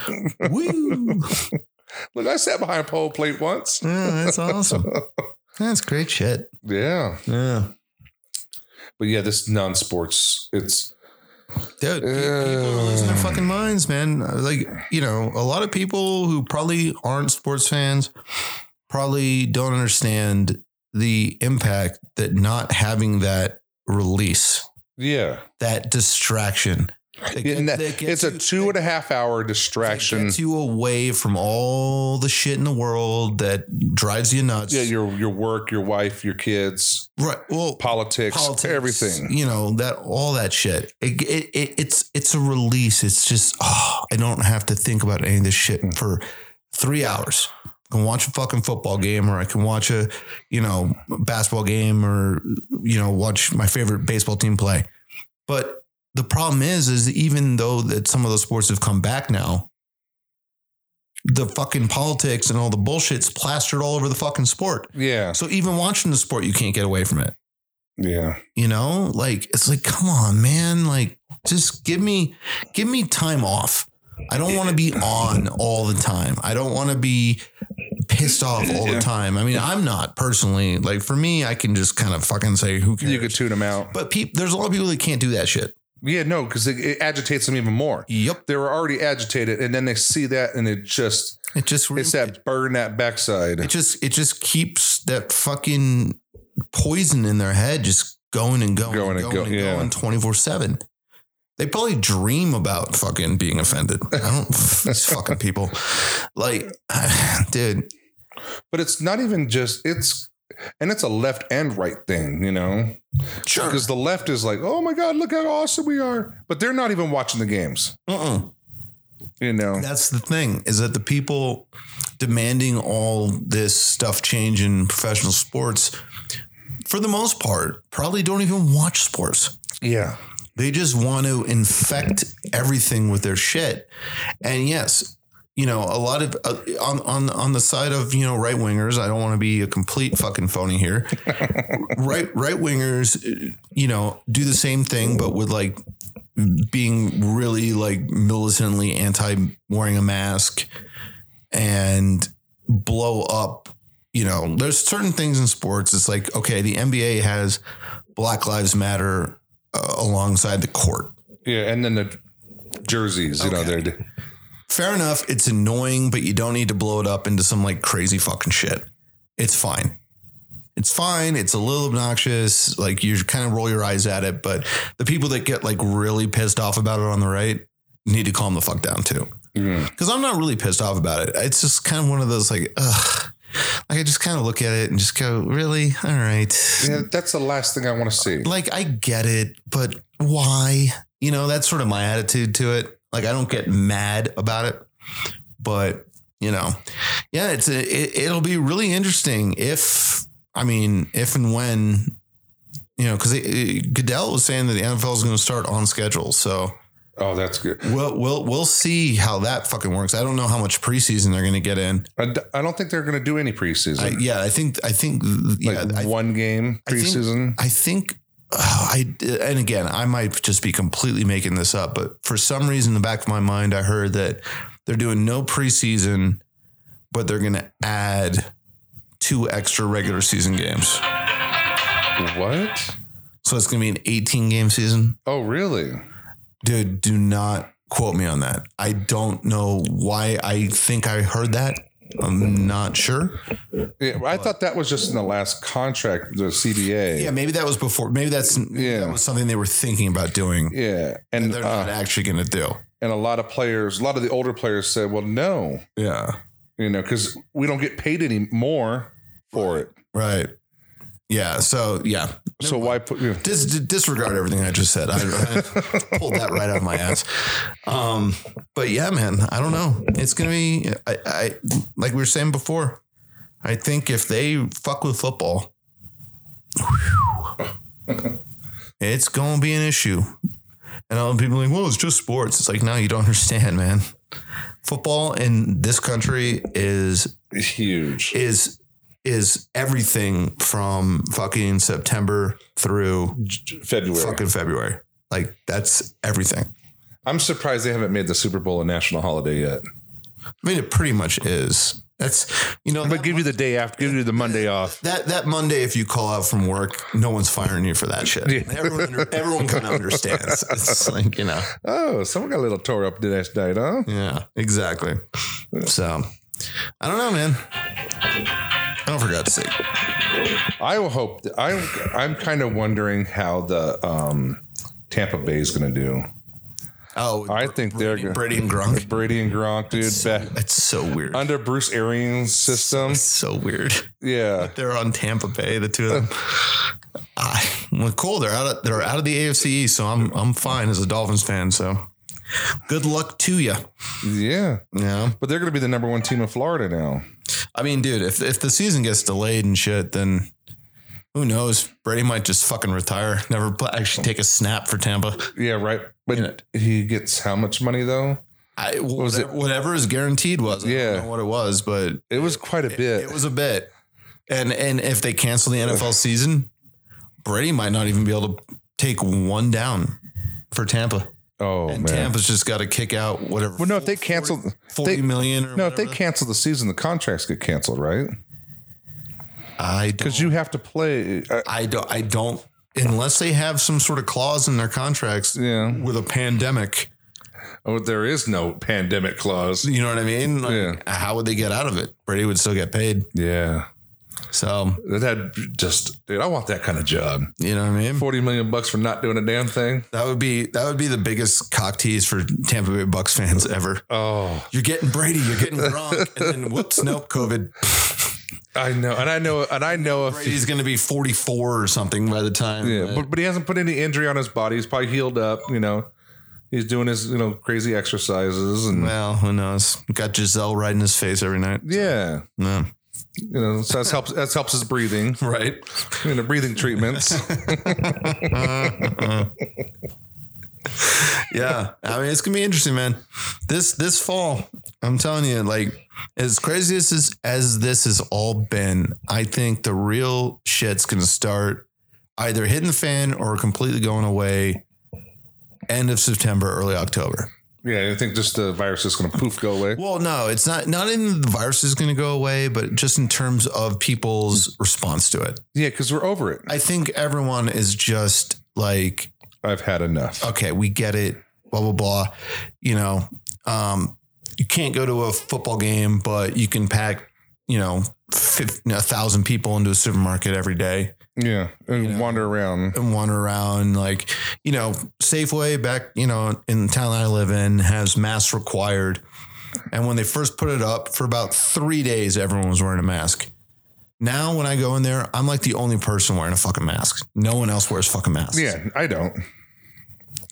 [LAUGHS]
Woo!
Look, I sat behind a pole plate once.
Yeah, that's awesome. That's great shit.
Yeah.
Yeah,
But yeah, this non sports, it's,
dude, pe- people are losing their fucking minds, man. Like you know, a lot of people who probably aren't sports fans probably don't understand the impact that not having that release,
Yeah.
that distraction. that
Yeah, and
get-
that-
that
it's
gets
a
you-
two and a half hour
that
distraction.
gets you away from all the shit in the world that drives you nuts.
Yeah, your your work, your wife, your kids,
right. Well,
politics, everything.
You know that all that shit. It, it, it it's it's a release. It's just oh, I don't have to think about any of this shit
Mm.
for three hours. I can watch a fucking football game, or I can watch a you know basketball game, or you know watch my favorite baseball team play. But the problem is, is even though that some of those sports have come back now. The fucking politics and all the bullshit's plastered all over the fucking sport.
Yeah.
So even watching the sport, you can't get away from it.
Yeah.
You know, like it's like, come on, man. Like, just give me, give me time off. I don't want to be on all the time. I don't want to be pissed off all the time. I mean, I'm not personally. Like for me, I can just kind of fucking say who cares.
You could tune them out.
but peop there's a lot of people that can't do that shit.
Yeah, no, because it, it agitates them even more.
Yep,
They were already agitated, and then they see that, and it just
it just
it's that burn that backside.
it just it just keeps that fucking poison in their head just going and going,
Going
and
and go-
going and
yeah.
going 24 7 they probably dream about fucking being offended
[LAUGHS]
i don't these fucking people like [SIGHS] dude
But it's not even just it's, and it's a left and right thing, you know,
sure
because the left is like, oh my god, look how awesome we are, but they're not even watching the games,
uh-uh.
you know.
That's the thing is that the people demanding all this stuff change in professional sports, for the most part, probably don't even watch sports.
Yeah,
They just want to infect everything with their shit. And yes, you know, a lot of uh, on on on the side of you know right wingers. I don't want to be a complete fucking phony here. right right wingers, you know, do the same thing, but with like being really like militantly anti wearing a mask and blow up. You know, there's certain things in sports. It's like okay, the NBA has Black Lives Matter uh, alongside the court.
yeah, and then the jerseys, you know, they're
fair enough. It's annoying, but you don't need to blow it up into some like crazy fucking shit. It's fine. It's fine. It's a little obnoxious. Like you kind of roll your eyes at it, but the people that get like really pissed off about it on the right need to calm the fuck down too.
Mm.
Because I'm not really pissed off about it. It's just kind of one of those like, ugh. Like I just kind of look at it and just go, really? All right.
yeah, that's the last thing I want to see.
Like I get it, but why? You know, that's sort of my attitude to it. Like I don't get mad about it, but you know, yeah, it's a, it, it'll be really interesting if I mean if and when you know because Goodell was saying that the NFL is going to start on schedule, so
Oh, that's good.
we'll we'll we'll see how that fucking works. I don't know how much preseason they're going to get in.
I, d- I don't think they're going to do any preseason.
I, yeah, I think I think yeah,
like
I
one game
I think-
preseason.
I think uh, I and again I might just be completely making this up, but for some reason in the back of my mind I heard that they're doing no preseason, but they're going to add two extra regular season games.
what?
So it's going to be an 18 game season.
Oh, really?
Dude, do not quote me on that. I don't know why I think I heard that. I'm not sure.
Yeah, I thought that was just in the last contract, the CBA.
Yeah,
Yeah,
maybe that was before. Maybe that's yeah. that was something they were thinking about doing.
and
They're not
uh,
actually going to do.
and a lot of players, a lot of the older players said, "Well, no,
Yeah.
you know, because we don't get paid any more for it.
Right. Yeah. So yeah,
so why put?" You know,
Dis- dis- disregard everything I just said. I, I [LAUGHS] pulled that right out of my ass. Um, but yeah, man, I don't know. It's gonna be. I, I like we were saying before. I think if they fuck with football, whew, it's gonna be an issue. And all the people are like, well, it's just sports. It's like, no, you don't [LAUGHS] understand, man. Football in this country is
huge.
is is everything from fucking September through
February.
fucking February. Like that's everything.
I'm surprised they haven't made the Super Bowl a national holiday yet.
I mean, it pretty much is. That's you know
But
that,
give you the day after, give you the Monday off.
that that Monday if you call out from work, no one's firing you for that shit. Everyone under, everyone kind of
[LAUGHS]
understands. It's like you know,
Oh, someone got a little tore up the last night, huh?
yeah, exactly. So I don't know, man. Oh, for God's sake.
I will hope. I'm I'm kind of wondering how the um, Tampa Bay is going to do.
Oh,
I think they're
Brady,
go-
Brady and Gronk.
Brady and Gronk, dude, back
That's so weird.
under Bruce Arians' [LAUGHS] system.
so weird.
Yeah,
They're on Tampa Bay, the two of them. [LAUGHS] I, well, cool. They're out. Of, they're out of the AFC East, so I'm I'm fine as a Dolphins fan. So, good luck to you.
yeah.
Yeah.
But they're going to be the number one team in Florida now.
I mean, dude, if if the season gets delayed and shit, then who knows? Brady might just fucking retire. Never pl- actually take a snap for Tampa.
Yeah, right. But
Yeah.
he gets how much money though?
I
was
whatever, whatever is guaranteed was. I
Yeah.
don't know what it was, but
It was quite a bit.
it was a bit. And and if they cancel the NFL season, Brady might not even be able to take one down for Tampa.
oh man.
And Tampa's just got to kick out whatever.
well, no, if they canceled,
forty
they-
million or
no, if they
whatever.
cancel the season, the contracts get canceled, right?
I don't.
Because you have to play. Uh,
I don't. I don't. Unless they have some sort of clause in their contracts
yeah.
with a pandemic,
Oh, there is no pandemic clause.
you know what I mean? Like, How would they get out of it? Brady would still get paid.
Yeah,
So
that just dude. I want that kind of job.
you know what I mean?
Forty million bucks for not doing a damn thing.
That would be that would be the biggest cock tease for Tampa Bay Bucks fans ever.
Oh,
You're getting Brady, you're getting Gronk,
[LAUGHS]
and then whoops, nope, COVID.
I know, and I know, and I know if
Brady's going to be 44 or something by the time.
Yeah, but, but he hasn't put any injury on his body. He's probably healed up. You know, he's doing his you know crazy exercises and
well, who knows? Got Giselle right in his face every night.
yeah,
No.
you know, so that helps. That helps his breathing.
Right.
You know, breathing
[LAUGHS]
treatments.
yeah. I mean, it's gonna be interesting, man. This this fall, I'm telling you, like as crazy as this, as this has all been, I think the real shit's gonna start either hitting the fan or completely going away. End of September, early October.
yeah, I think just the virus is going to poof go away.
Well, no, it's not. Not in the virus is going to go away, but just in terms of people's response to it.
Yeah, because we're over it.
I think everyone is just like
I've had enough.
okay, we get it, blah blah blah. You know, um, you can't go to a football game, but you can pack, you know, fif- a thousand people into a supermarket every day
Yeah, and wander around.
and wander around. Like, you know, Safeway back, you know, in the town I live in has masks required. And when they first put it up for about three days, everyone was wearing a mask. Now, when I go in there, I'm like the only person wearing a fucking mask. No one else wears fucking masks.
Yeah, I don't,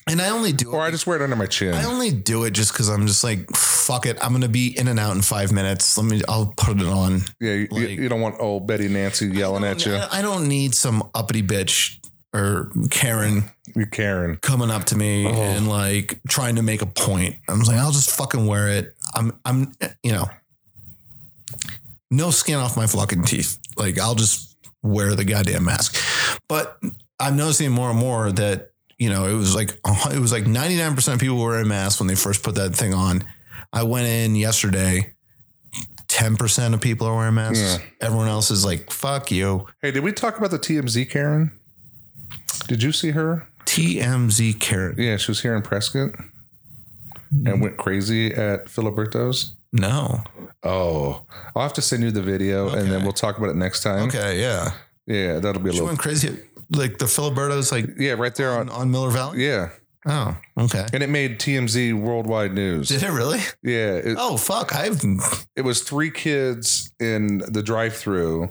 And I only do it
or I just wear it under my chin.
I only do it just because I'm just like, fuck it. I'm gonna be in and out in five minutes. Let me. I'll put it on.
yeah, you, you- you don't want old Betty Nancy yelling at you.
I don't need some uppity bitch or Karen
You're Karen.
coming up to me and like trying to make a point. I'm just like, I'll just fucking wear it. I'm, I'm, you know, no skin off my fucking teeth. Like I'll just wear the goddamn mask. But I'm noticing more and more that you know it was like it was like 99% of people wearing masks when they first put that thing on. I went in yesterday. 10% of people are wearing masks. Everyone else is like, fuck you.
Hey, did we talk about the TMZ Karen? Did you see her?
TMZ Karen.
Yeah, she was here in Prescott and went crazy at Filiberto's.
No.
Oh, I'll have to send you the video and then we'll talk about it next time.
Okay. Yeah.
Yeah, that'll be a
She
little.
went crazy. Like the Filiberto's like
Yeah, right there on.
on Miller Valley.
Yeah,
Oh, okay.
and it made TMZ worldwide news.
Did it really?
Yeah, it,
Oh fuck! I've
it was three kids in the drive-through, and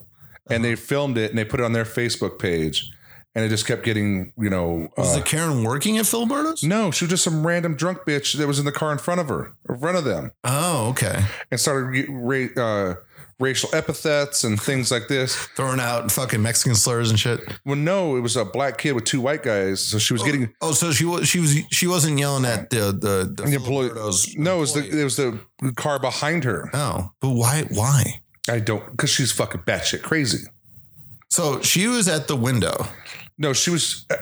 Uh-huh.
they filmed it and they put it on their Facebook page, and it just kept getting you know.
was
Uh,
the Karen working at Filiberto's?
no, she was just some random drunk bitch that was in the car in front of her, in front of them.
Oh, okay.
and started ra- uh, racial epithets and things like this.
Throwing out fucking Mexican slurs and shit.
Well, no, it was a black kid with two white guys, so she was getting
Oh, so she was she was she wasn't yelling at the the, the
The employee-
Filiberto's.
no. It was the it was the car behind her.
Oh, but why? Why?
I don't because she's fucking batshit crazy.
So she was at the window.
No, she was. uh,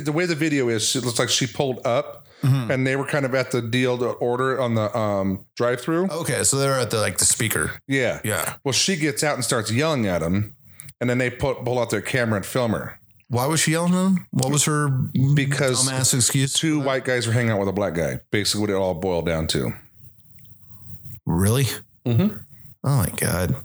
The way the video is, it looks like she pulled up,
Mm-hmm.
and they were kind of at the deal to order on the um, drive-through.
Okay, so they were at the like the speaker.
Yeah,
Yeah.
Well, she gets out and starts yelling at him, and then they put, pull out their camera and film her
Why was she yelling at him? What was her
because
dumbass excuse?
two white guys were hanging out with a black guy. Basically, what it all boiled down to.
Really? Mm-hmm. Oh my god.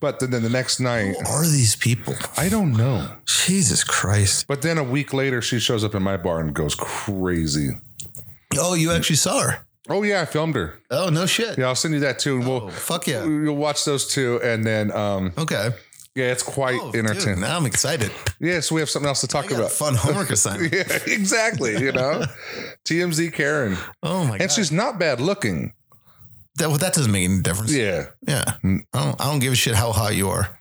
But then, then the next night,
Are these people?
I don't know.
Jesus Christ.
But then a week later, she shows up in my bar and goes crazy.
Oh, you actually saw her.
Oh yeah, I filmed her.
Oh, no shit.
Yeah, I'll send you that too, and we'll
Fuck yeah.
you'll watch those two, and then um,
Okay.
yeah, it's quite
Oh, dude,
entertaining.
now
[LAUGHS]
I'm excited.
Yeah, so we have something else to
I
talk
got a
about.
fun homework assignment.
Yeah, [LAUGHS] exactly. You know, TMZ Karen,
Oh my
and
god.
she's not bad looking.
That, well, that doesn't make any difference.
Yeah,
Yeah. I don't. I don't give a shit how hot you are.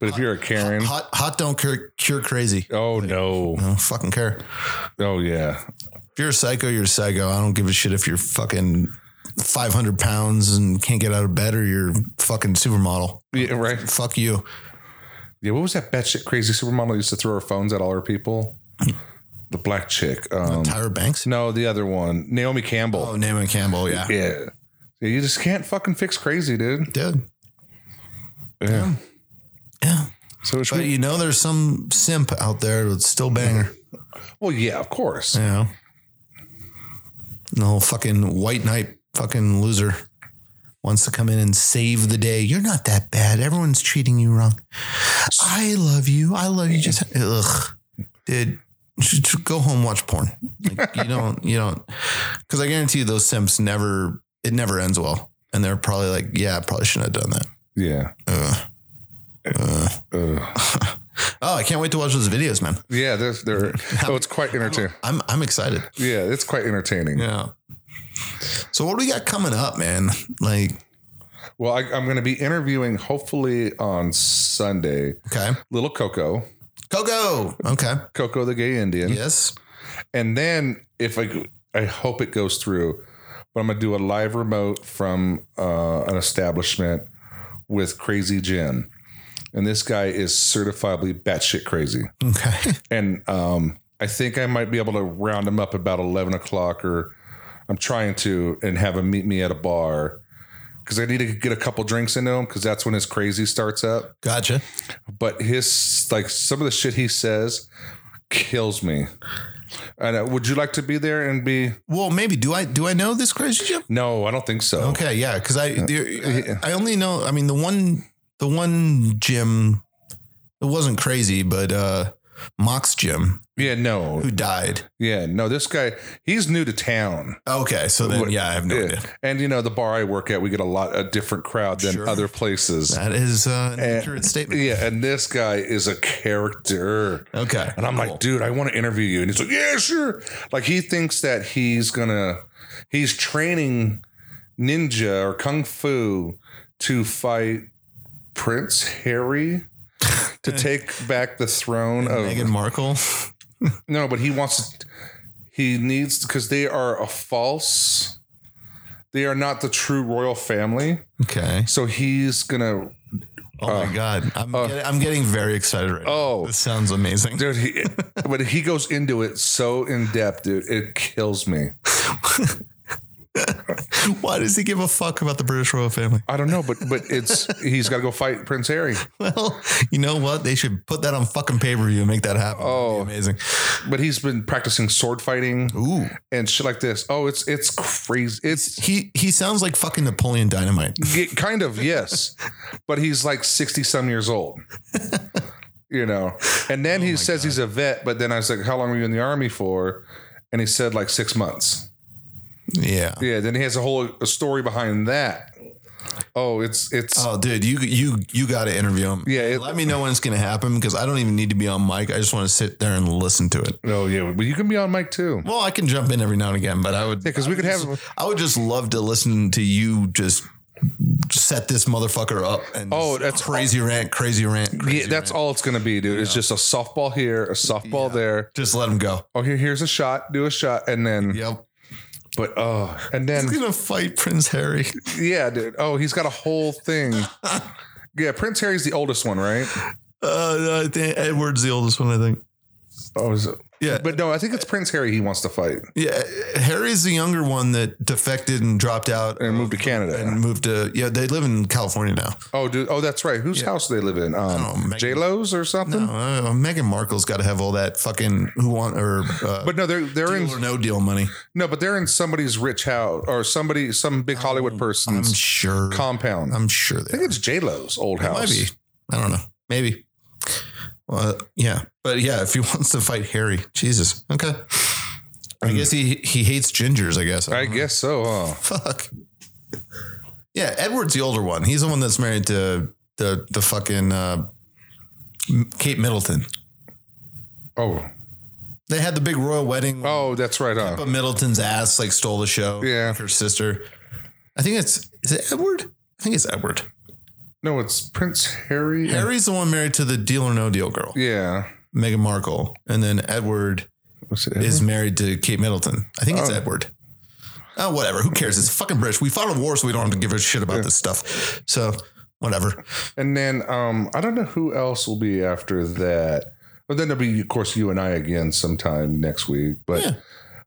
but if you're a Karen,
Hot, hot don't cure, cure crazy.
oh no,
I don't fucking care.
oh yeah,
If you're a psycho, you're a psycho. I don't give a shit if you're fucking 500 pounds and can't get out of bed or you're fucking supermodel.
yeah, right.
Fuck you.
Yeah, what was that batshit crazy supermodel that used to throw her phones at all her people? The black chick. Um,
Tyra Banks?
no, the other one, Naomi Campbell.
Oh, Naaman Campbell. Yeah.
Yeah. Yeah, you just can't fucking fix crazy, dude.
Dude.
Yeah.
Yeah.
So it's
But you know, there's some simp out there that's still banger.
well, yeah, of course.
You know? No fucking white knight fucking loser wants to come in and save the day. You're not that bad. Everyone's treating you wrong. I love you. I love you. Just ugh, dude. sh- sh- Go home, watch porn. Like, you don't, you don't, because I guarantee you those simps never. It never ends well, and they're probably like, "Yeah, I probably shouldn't have done that."
Yeah. Uh.
Ugh.
Ugh.
Oh, I can't wait to watch those videos, man.
Yeah, there's there oh it's [LAUGHS] quite entertaining.
I'm I'm excited.
Yeah, it's quite entertaining.
Yeah. So what do we got coming up, man? Like,
Well, I, I'm gonna be interviewing hopefully on Sunday
okay,
little Coco.
Coco. Okay.
Coco the gay Indian.
Yes.
And then if I I hope it goes through, but I'm gonna do a live remote from uh, an establishment with Crazy Jen. And this guy is certifiably batshit crazy.
Okay.
and um, I think I might be able to round him up about eleven o'clock, or I'm trying to, and have him meet me at a bar because I need to get a couple drinks into him because that's when his crazy starts up.
Gotcha.
But his like some of the shit he says kills me. And uh, would you like to be there and be?
Well, maybe do I do I know this crazy ship?
No, I don't think so.
Okay, yeah, because I, there- I I only know I mean the one the one gym it wasn't crazy, but uh Mox Jim
Yeah, no,
who died.
yeah, no. This guy, he's new to town.
Okay, so then yeah, I have no
Yeah.
idea.
And you know, the bar I work at, we get a lot a different crowd than
Sure.
other places.
That is uh, an accurate statement.
Yeah, and this guy is a character.
Okay,
And I'm like, dude, I want to interview you. And he's like, yeah, sure. Like he thinks that he's gonna he's training ninja or kung fu to fight Prince Harry to take back the throne of
Meghan Markle. [LAUGHS]
no, but he wants to, he needs because they are a false they are not the true royal family.
Okay.
So he's gonna
Oh my god, I'm getting, I'm getting very excited right now.
Oh.
This sounds amazing.
dude he, but he goes into it so in depth dude it kills me
Why does he give a fuck about the British royal family? [LAUGHS]
i don't know but but it's he's got to go fight prince harry
Well, you know what? They should put that on fucking pay per view and make that happen. Oh, amazing.
but he's been practicing sword fighting
Ooh.
and shit like this oh it's it's crazy it's
He he sounds like fucking
[LAUGHS]
Napoleon Dynamite.
it, kind of yes but he's like 60 some years old you know and then
Oh
he says he's a vet but then i was like how long were you in the army for and he said like six months
Yeah.
yeah then he has a whole a story behind that oh it's it's
Oh, dude, you you you got to interview him.
Yeah, it-
Let me know when it's gonna happen because I don't even need to be on mic. I just want to sit there and listen to it.
oh yeah but you can be on mic too
Well, I can jump in every now and again, but I would
because we could have
I would just love to listen to you just set this motherfucker up and
Oh,
just
that's-
crazy rant, crazy rant. Crazy
Yeah, that's all it's gonna be, dude. It's just a softball here, a softball there.
Just let him go.
Oh, here, here's a shot. Do a shot, and then,
Yep.
but oh, and then,
[LAUGHS] He's gonna fight Prince Harry.
yeah, dude. Oh, he's got a whole thing. yeah, Prince Harry's the oldest one, right?
Uh, I think Edward's the oldest one, I think.
Oh, is it?
Yeah.
But no, I think it's Prince Harry he wants to fight
Yeah, Harry's the younger one that defected and dropped out
and move to Canada.
Oh, and moved to. Yeah, they live in California now.
oh, dude. Oh, that's right. Whose house do they live in? Um,
Oh, Meghan-
J Lo's or something.
Uh, Meghan Markle's got to have all that fucking who want or uh,
[LAUGHS] But no, they're they're in
deal or no deal money.
no, but they're in somebody's rich house or somebody some big Hollywood person's
Oh, I'm sure.
compound. i
I'm sure they
think it's J Lo's old
It might
house.
be. I don't know. Maybe. Well, yeah, but yeah, if he [LAUGHS] wants to fight Harry, Jesus. Okay. I guess he he hates gingers. I guess.
Hmm. I guess so. Huh?
Fuck. Yeah, Edward's the older one. He's the one that's married to the the fucking uh, Kate Middleton.
Oh,
They had the big royal wedding. where
oh, that's right. Huh?
But Middleton's ass like stole the show.
Yeah.
her sister. I think it's is it Edward. I think it's Edward.
No, it's Prince Harry. and-
Harry's the one married to the Deal or No Deal girl,
Yeah.
Meghan Markle, and then Edward
Was it
is married to Kate Middleton. I think it's
Oh.
Edward. Oh, whatever. Who cares? It's fucking British. We fought a war, so we don't have to give a shit about this stuff. So, whatever.
And then um, I don't know who else will be after that. But then there'll be, of course, you and I again sometime next week. But
Yeah.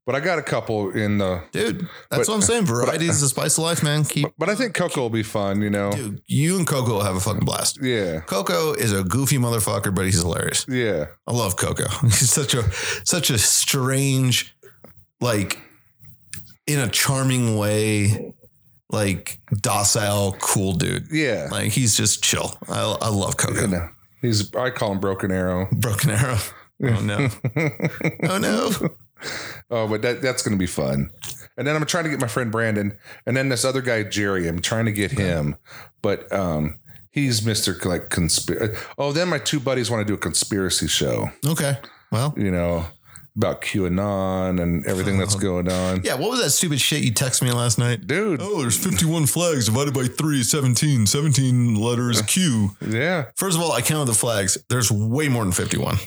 but I got a couple in the.
Dude,
But-
that's what I'm saying. Variety is the spice of life, man. Keep
But I think Coco will be fun. You know.
dude, you and Coco will have a fucking blast.
Yeah.
Coco is a goofy motherfucker, but he's hilarious.
Yeah.
I love Coco. [LAUGHS] He's such a such a strange, like in a charming way, like docile, cool dude.
Yeah.
Like he's just chill. I, I love Coco.
you know. He's I call him Broken Arrow.
Broken Arrow.
[LAUGHS]
Oh no. oh no.
Oh, but that, that's going to be fun. And then I'm trying to get my friend Brandon, and then this other guy Jerry. I'm trying to get him, but um, he's Mister like conspiracy. Oh, then my two buddies want to do a conspiracy show.
Okay. Well.
You know about QAnon and everything that's going on,
Yeah, what was that stupid shit you texted me last night?
dude.
Oh, there's 51 flags divided by 3, 17, 17 letters Q.
Yeah,
First of all, I counted the flags. There's way more than 51.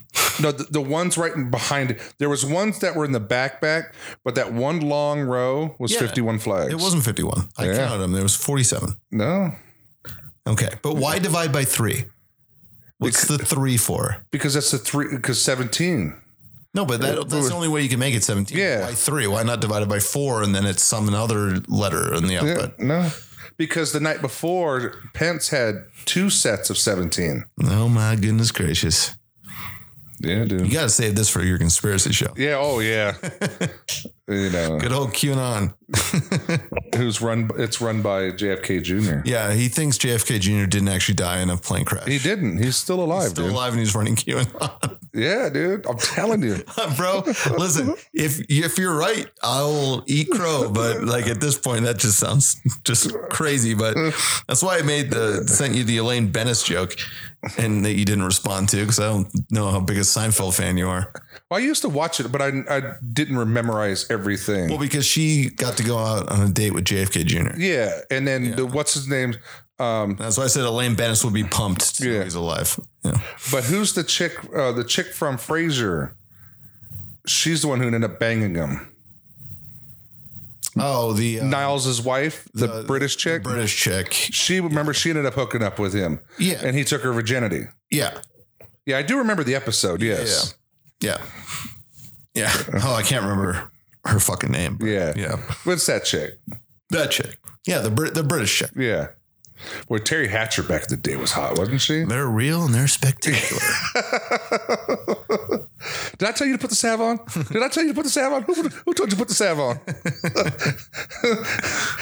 no, the, the ones right in behind it. There was ones that were in the backpack, but that one long row was
Yeah.
51 flags.
It wasn't 51. I
Yeah.
counted them. There was 47.
no,
Okay. But why divide by 3? What's the 3 for?
because that's the three because 17.
No, but that, that's the only way you can make it 17.
Yeah.
Why 3? Why not divide it by 4 and then it's some other letter in the
Yeah,
alphabet?
no. Because the night before, Pence had two sets of 17.
Oh my goodness gracious.
Yeah,
You
dude.
got to save this for your conspiracy show.
Yeah, oh,
[LAUGHS]
yeah. you know,
Good old QAnon.
who's run, it's run by JFK Jr.
Yeah, he thinks JFK Jr. didn't actually die in a plane crash.
He didn't. He's still alive,
still
dude.
alive and he's running QAnon. [LAUGHS]
Yeah, dude. I'm telling you.
Bro, listen, if if you're right, I'll eat crow. But like at this point, that just sounds just crazy. But that's why I made the sent you the Elaine Bennis joke and that you didn't respond to because I don't know how big a Seinfeld fan you are.
Well, I used to watch it, but I, I didn't memorize everything.
Well, because she got to go out on a date with JFK Jr.
yeah. And then the, what's his name? Um,
That's why I said Elaine Bennis would be pumped to know
Yeah.
he's alive. Yeah.
but who's the chick, uh, the chick from Frasier? She's the one who ended up banging him.
Oh, the uh,
Niles' wife, the, British chick.
British chick.
She remember she ended up hooking up with him.
Yeah.
And he took her virginity.
Yeah.
Yeah, I do remember the episode, yes.
Yeah. Yeah. Oh, I can't remember her fucking name. but
Yeah.
Yeah.
What's that chick?
That chick. Yeah, the Brit the British chick.
Yeah. Well, Terry Hatcher back in the day was hot, wasn't she?
They're real and they're spectacular.
Did I tell you to put the salve on? Did I tell you to put the salve on? Who, who told you to put the salve on?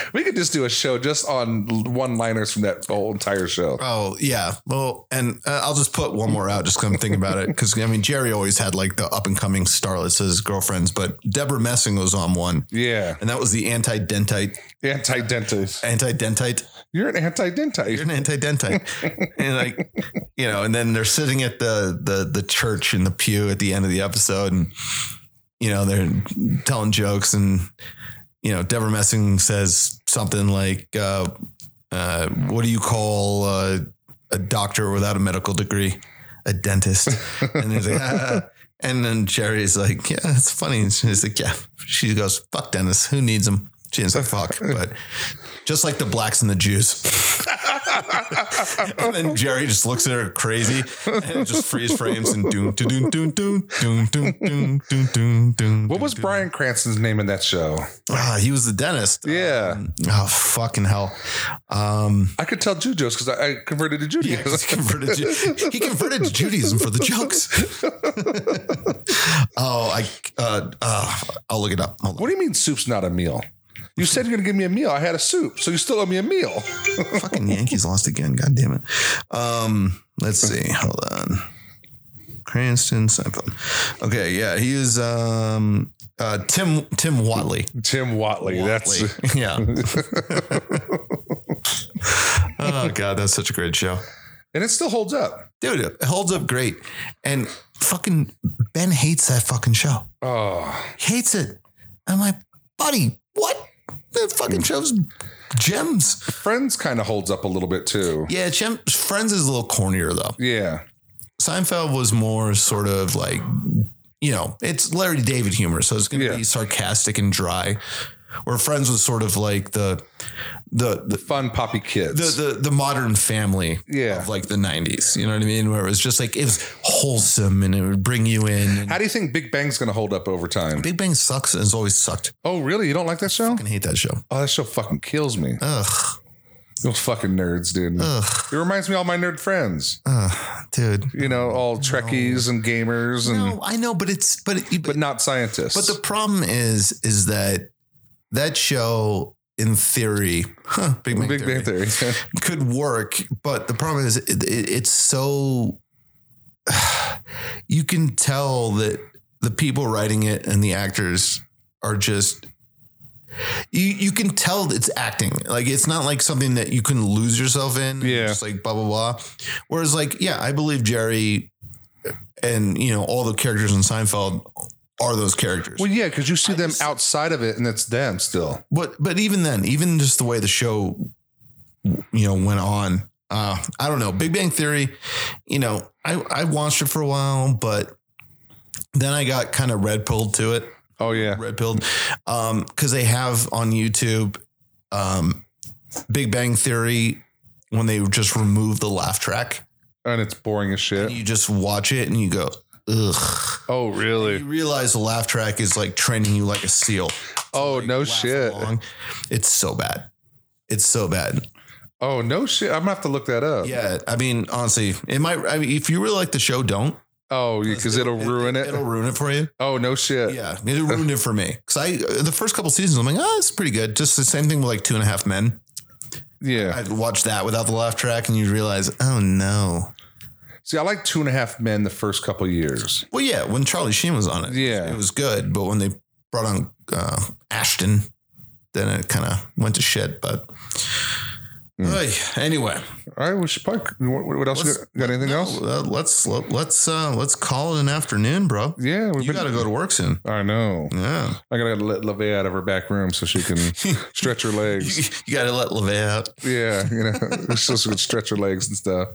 [LAUGHS] we could just do a show just on one liners from that whole entire show.
[LAUGHS] oh, yeah. Well, and uh, I'll just put one more out just because I'm thinking about it. Because, I mean, Jerry always had like the up and coming starlets as girlfriends, but Deborah Messing was on one.
Yeah.
And that was the anti dentite,
Anti dentist.
anti dentite.
You're an anti
You're
dentist.
an anti [LAUGHS] dentite. and like, you know, and then they're sitting at the, the, the church in the pew at the end of the episode and, you know, they're telling jokes and, you know, Deborah Messing says something like, uh, uh, what do you call uh, a doctor without a medical degree?
[LAUGHS]
A dentist. And he's like, [LAUGHS] "Ah." and then Jerry's like, yeah, it's funny. And she's like, yeah. She goes, fuck dentists. Who needs them? She didn't say fuck, but just like the blacks and the Jews. [LAUGHS] and then Jerry just looks at her crazy and it just freeze frames and doom doom doom doom doom doom doom doom doom doom.
What was Brian Cranston's name in that show?
Ah, he was the dentist.
Yeah.
Um, oh fucking hell. Um,
I could tell Jew jokes because I, I converted to
yeah,
Judaism.
'cause [LAUGHS] he converted. Ju- he converted to Judaism for the jokes. [LAUGHS] oh, I. Uh, uh, I'll look it up. Hold
[LAUGHS]
on.
What do you mean soup's not a meal? You said you're gonna give me a meal. I had a soup, so you still owe me a meal.
Fucking Yankees lost again. God damn it. Um, let's see. Hold on. Cranston Seinfeld. Okay, yeah, he is um uh Tim Tim Watley.
Tim Watley. That's
Watley. yeah. [LAUGHS] oh god, that's such a great show.
and it still holds up.
Dude, it holds up great. And fucking Ben hates that fucking show.
Oh,
He hates it. I'm like, buddy, what? That
Hmm.
fucking show's gems.
Friends kind of holds up a little bit too.
Yeah, Gem- Friends is a little cornier though.
Yeah,
Seinfeld was more sort of like, you know, it's Larry David humor, so it's going to
Yeah.
be sarcastic and dry. Where Friends was sort of like the the the
fun poppy
the
kids.
the, the modern family
Yeah.
of like the '90s. You know what I mean? Where it was just like it was wholesome and it would bring you in. And
How do you think Big Bang's gonna hold up over time?
Big Bang sucks and has always sucked.
Oh, really? You don't like that show?
I hate that show.
Oh, that show fucking kills me.
Uh, Ugh,
Those fucking nerds, dude. It reminds me of all my nerd friends.
Uh, dude.
You know, all Trekkies and gamers and
No, I know, but it's but it,
but not scientists.
But the problem is, is that that show, in theory, huh, Big Bang
Big Bang
Theory,
Theory.
could work. But the problem is, it, it, it's so [SIGHS] you can tell that the people writing it and the actors are just. You, you can tell it's acting like it's not like something that you can lose yourself in.
Yeah.
just like blah blah blah. Whereas like yeah, I believe Jerry and you know all the characters in Seinfeld are those
[LAUGHS]
characters.
well, yeah, because you see them outside of it, and it's them still.
But but even then, even just the way the show, you know, went on. Uh, I don't know. Big Bang Theory, you know, I I watched it for a while, but then I got kind of red pilled to it.
Oh yeah,
Red pilled, um, because they have on YouTube, um, Big Bang Theory when they just remove the laugh track.
and it's boring as shit.
You just watch it and you go, ugh.
Oh really?
You realize the laugh track is like training you like a seal.
Oh
like,
no
laugh
shit.
along. It's so bad. It's so bad.
Oh no shit. I'm gonna have to look that up.
Yeah, I mean, honestly, it might. I mean, if you really like the show, don't.
Oh, because it'll ruin it.
It'll ruin it for you.
Oh no shit.
Yeah, it ruined it for me because I uh, the first couple seasons I'm like, oh, it's pretty good. Just the same thing with like Two and a Half Men.
Yeah.
I watched that without the laugh track, and you realize, oh no.
See, I like Two and a Half Men the first couple years.
Well, yeah, when Charlie Sheen was on it,
Yeah.
it was good. But when they brought on uh, Ashton, then it kind of went to shit. But
Hmm.
Oy, anyway,
All right, we should probably. What, what else?
Let's-
Got, got anything else?
uh, let's let's uh, let's call it an afternoon, bro.
Yeah, we've
You got to go to work soon.
I know.
Yeah.
I gotta let LeVay out of her back room so
[LAUGHS]
she can stretch her legs.
You, you got to let LeVay out.
Yeah, you know, [LAUGHS] so she can stretch her legs and stuff.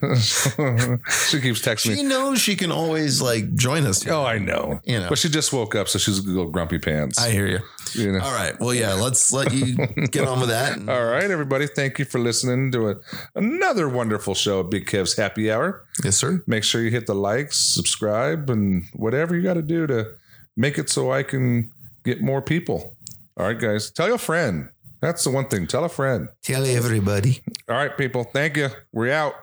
[LAUGHS] she keeps texting me.
She knows she can always like join us.
Oh, I know.
You know.
but she just woke up, so she's a little grumpy pants.
I hear you.
you know.
All right. Well, yeah, let's
[LAUGHS]
let you get on with that.
All right, everybody. Thank you for listening to a, another wonderful show of Big Kev's Happy Hour.
Yes, sir.
Make sure you hit the likes, subscribe, and whatever you got to do to make it so I can get more people. All right, guys. Tell your friend. That's the one thing. Tell a friend.
Tell everybody.
All right, people. Thank you. We're out.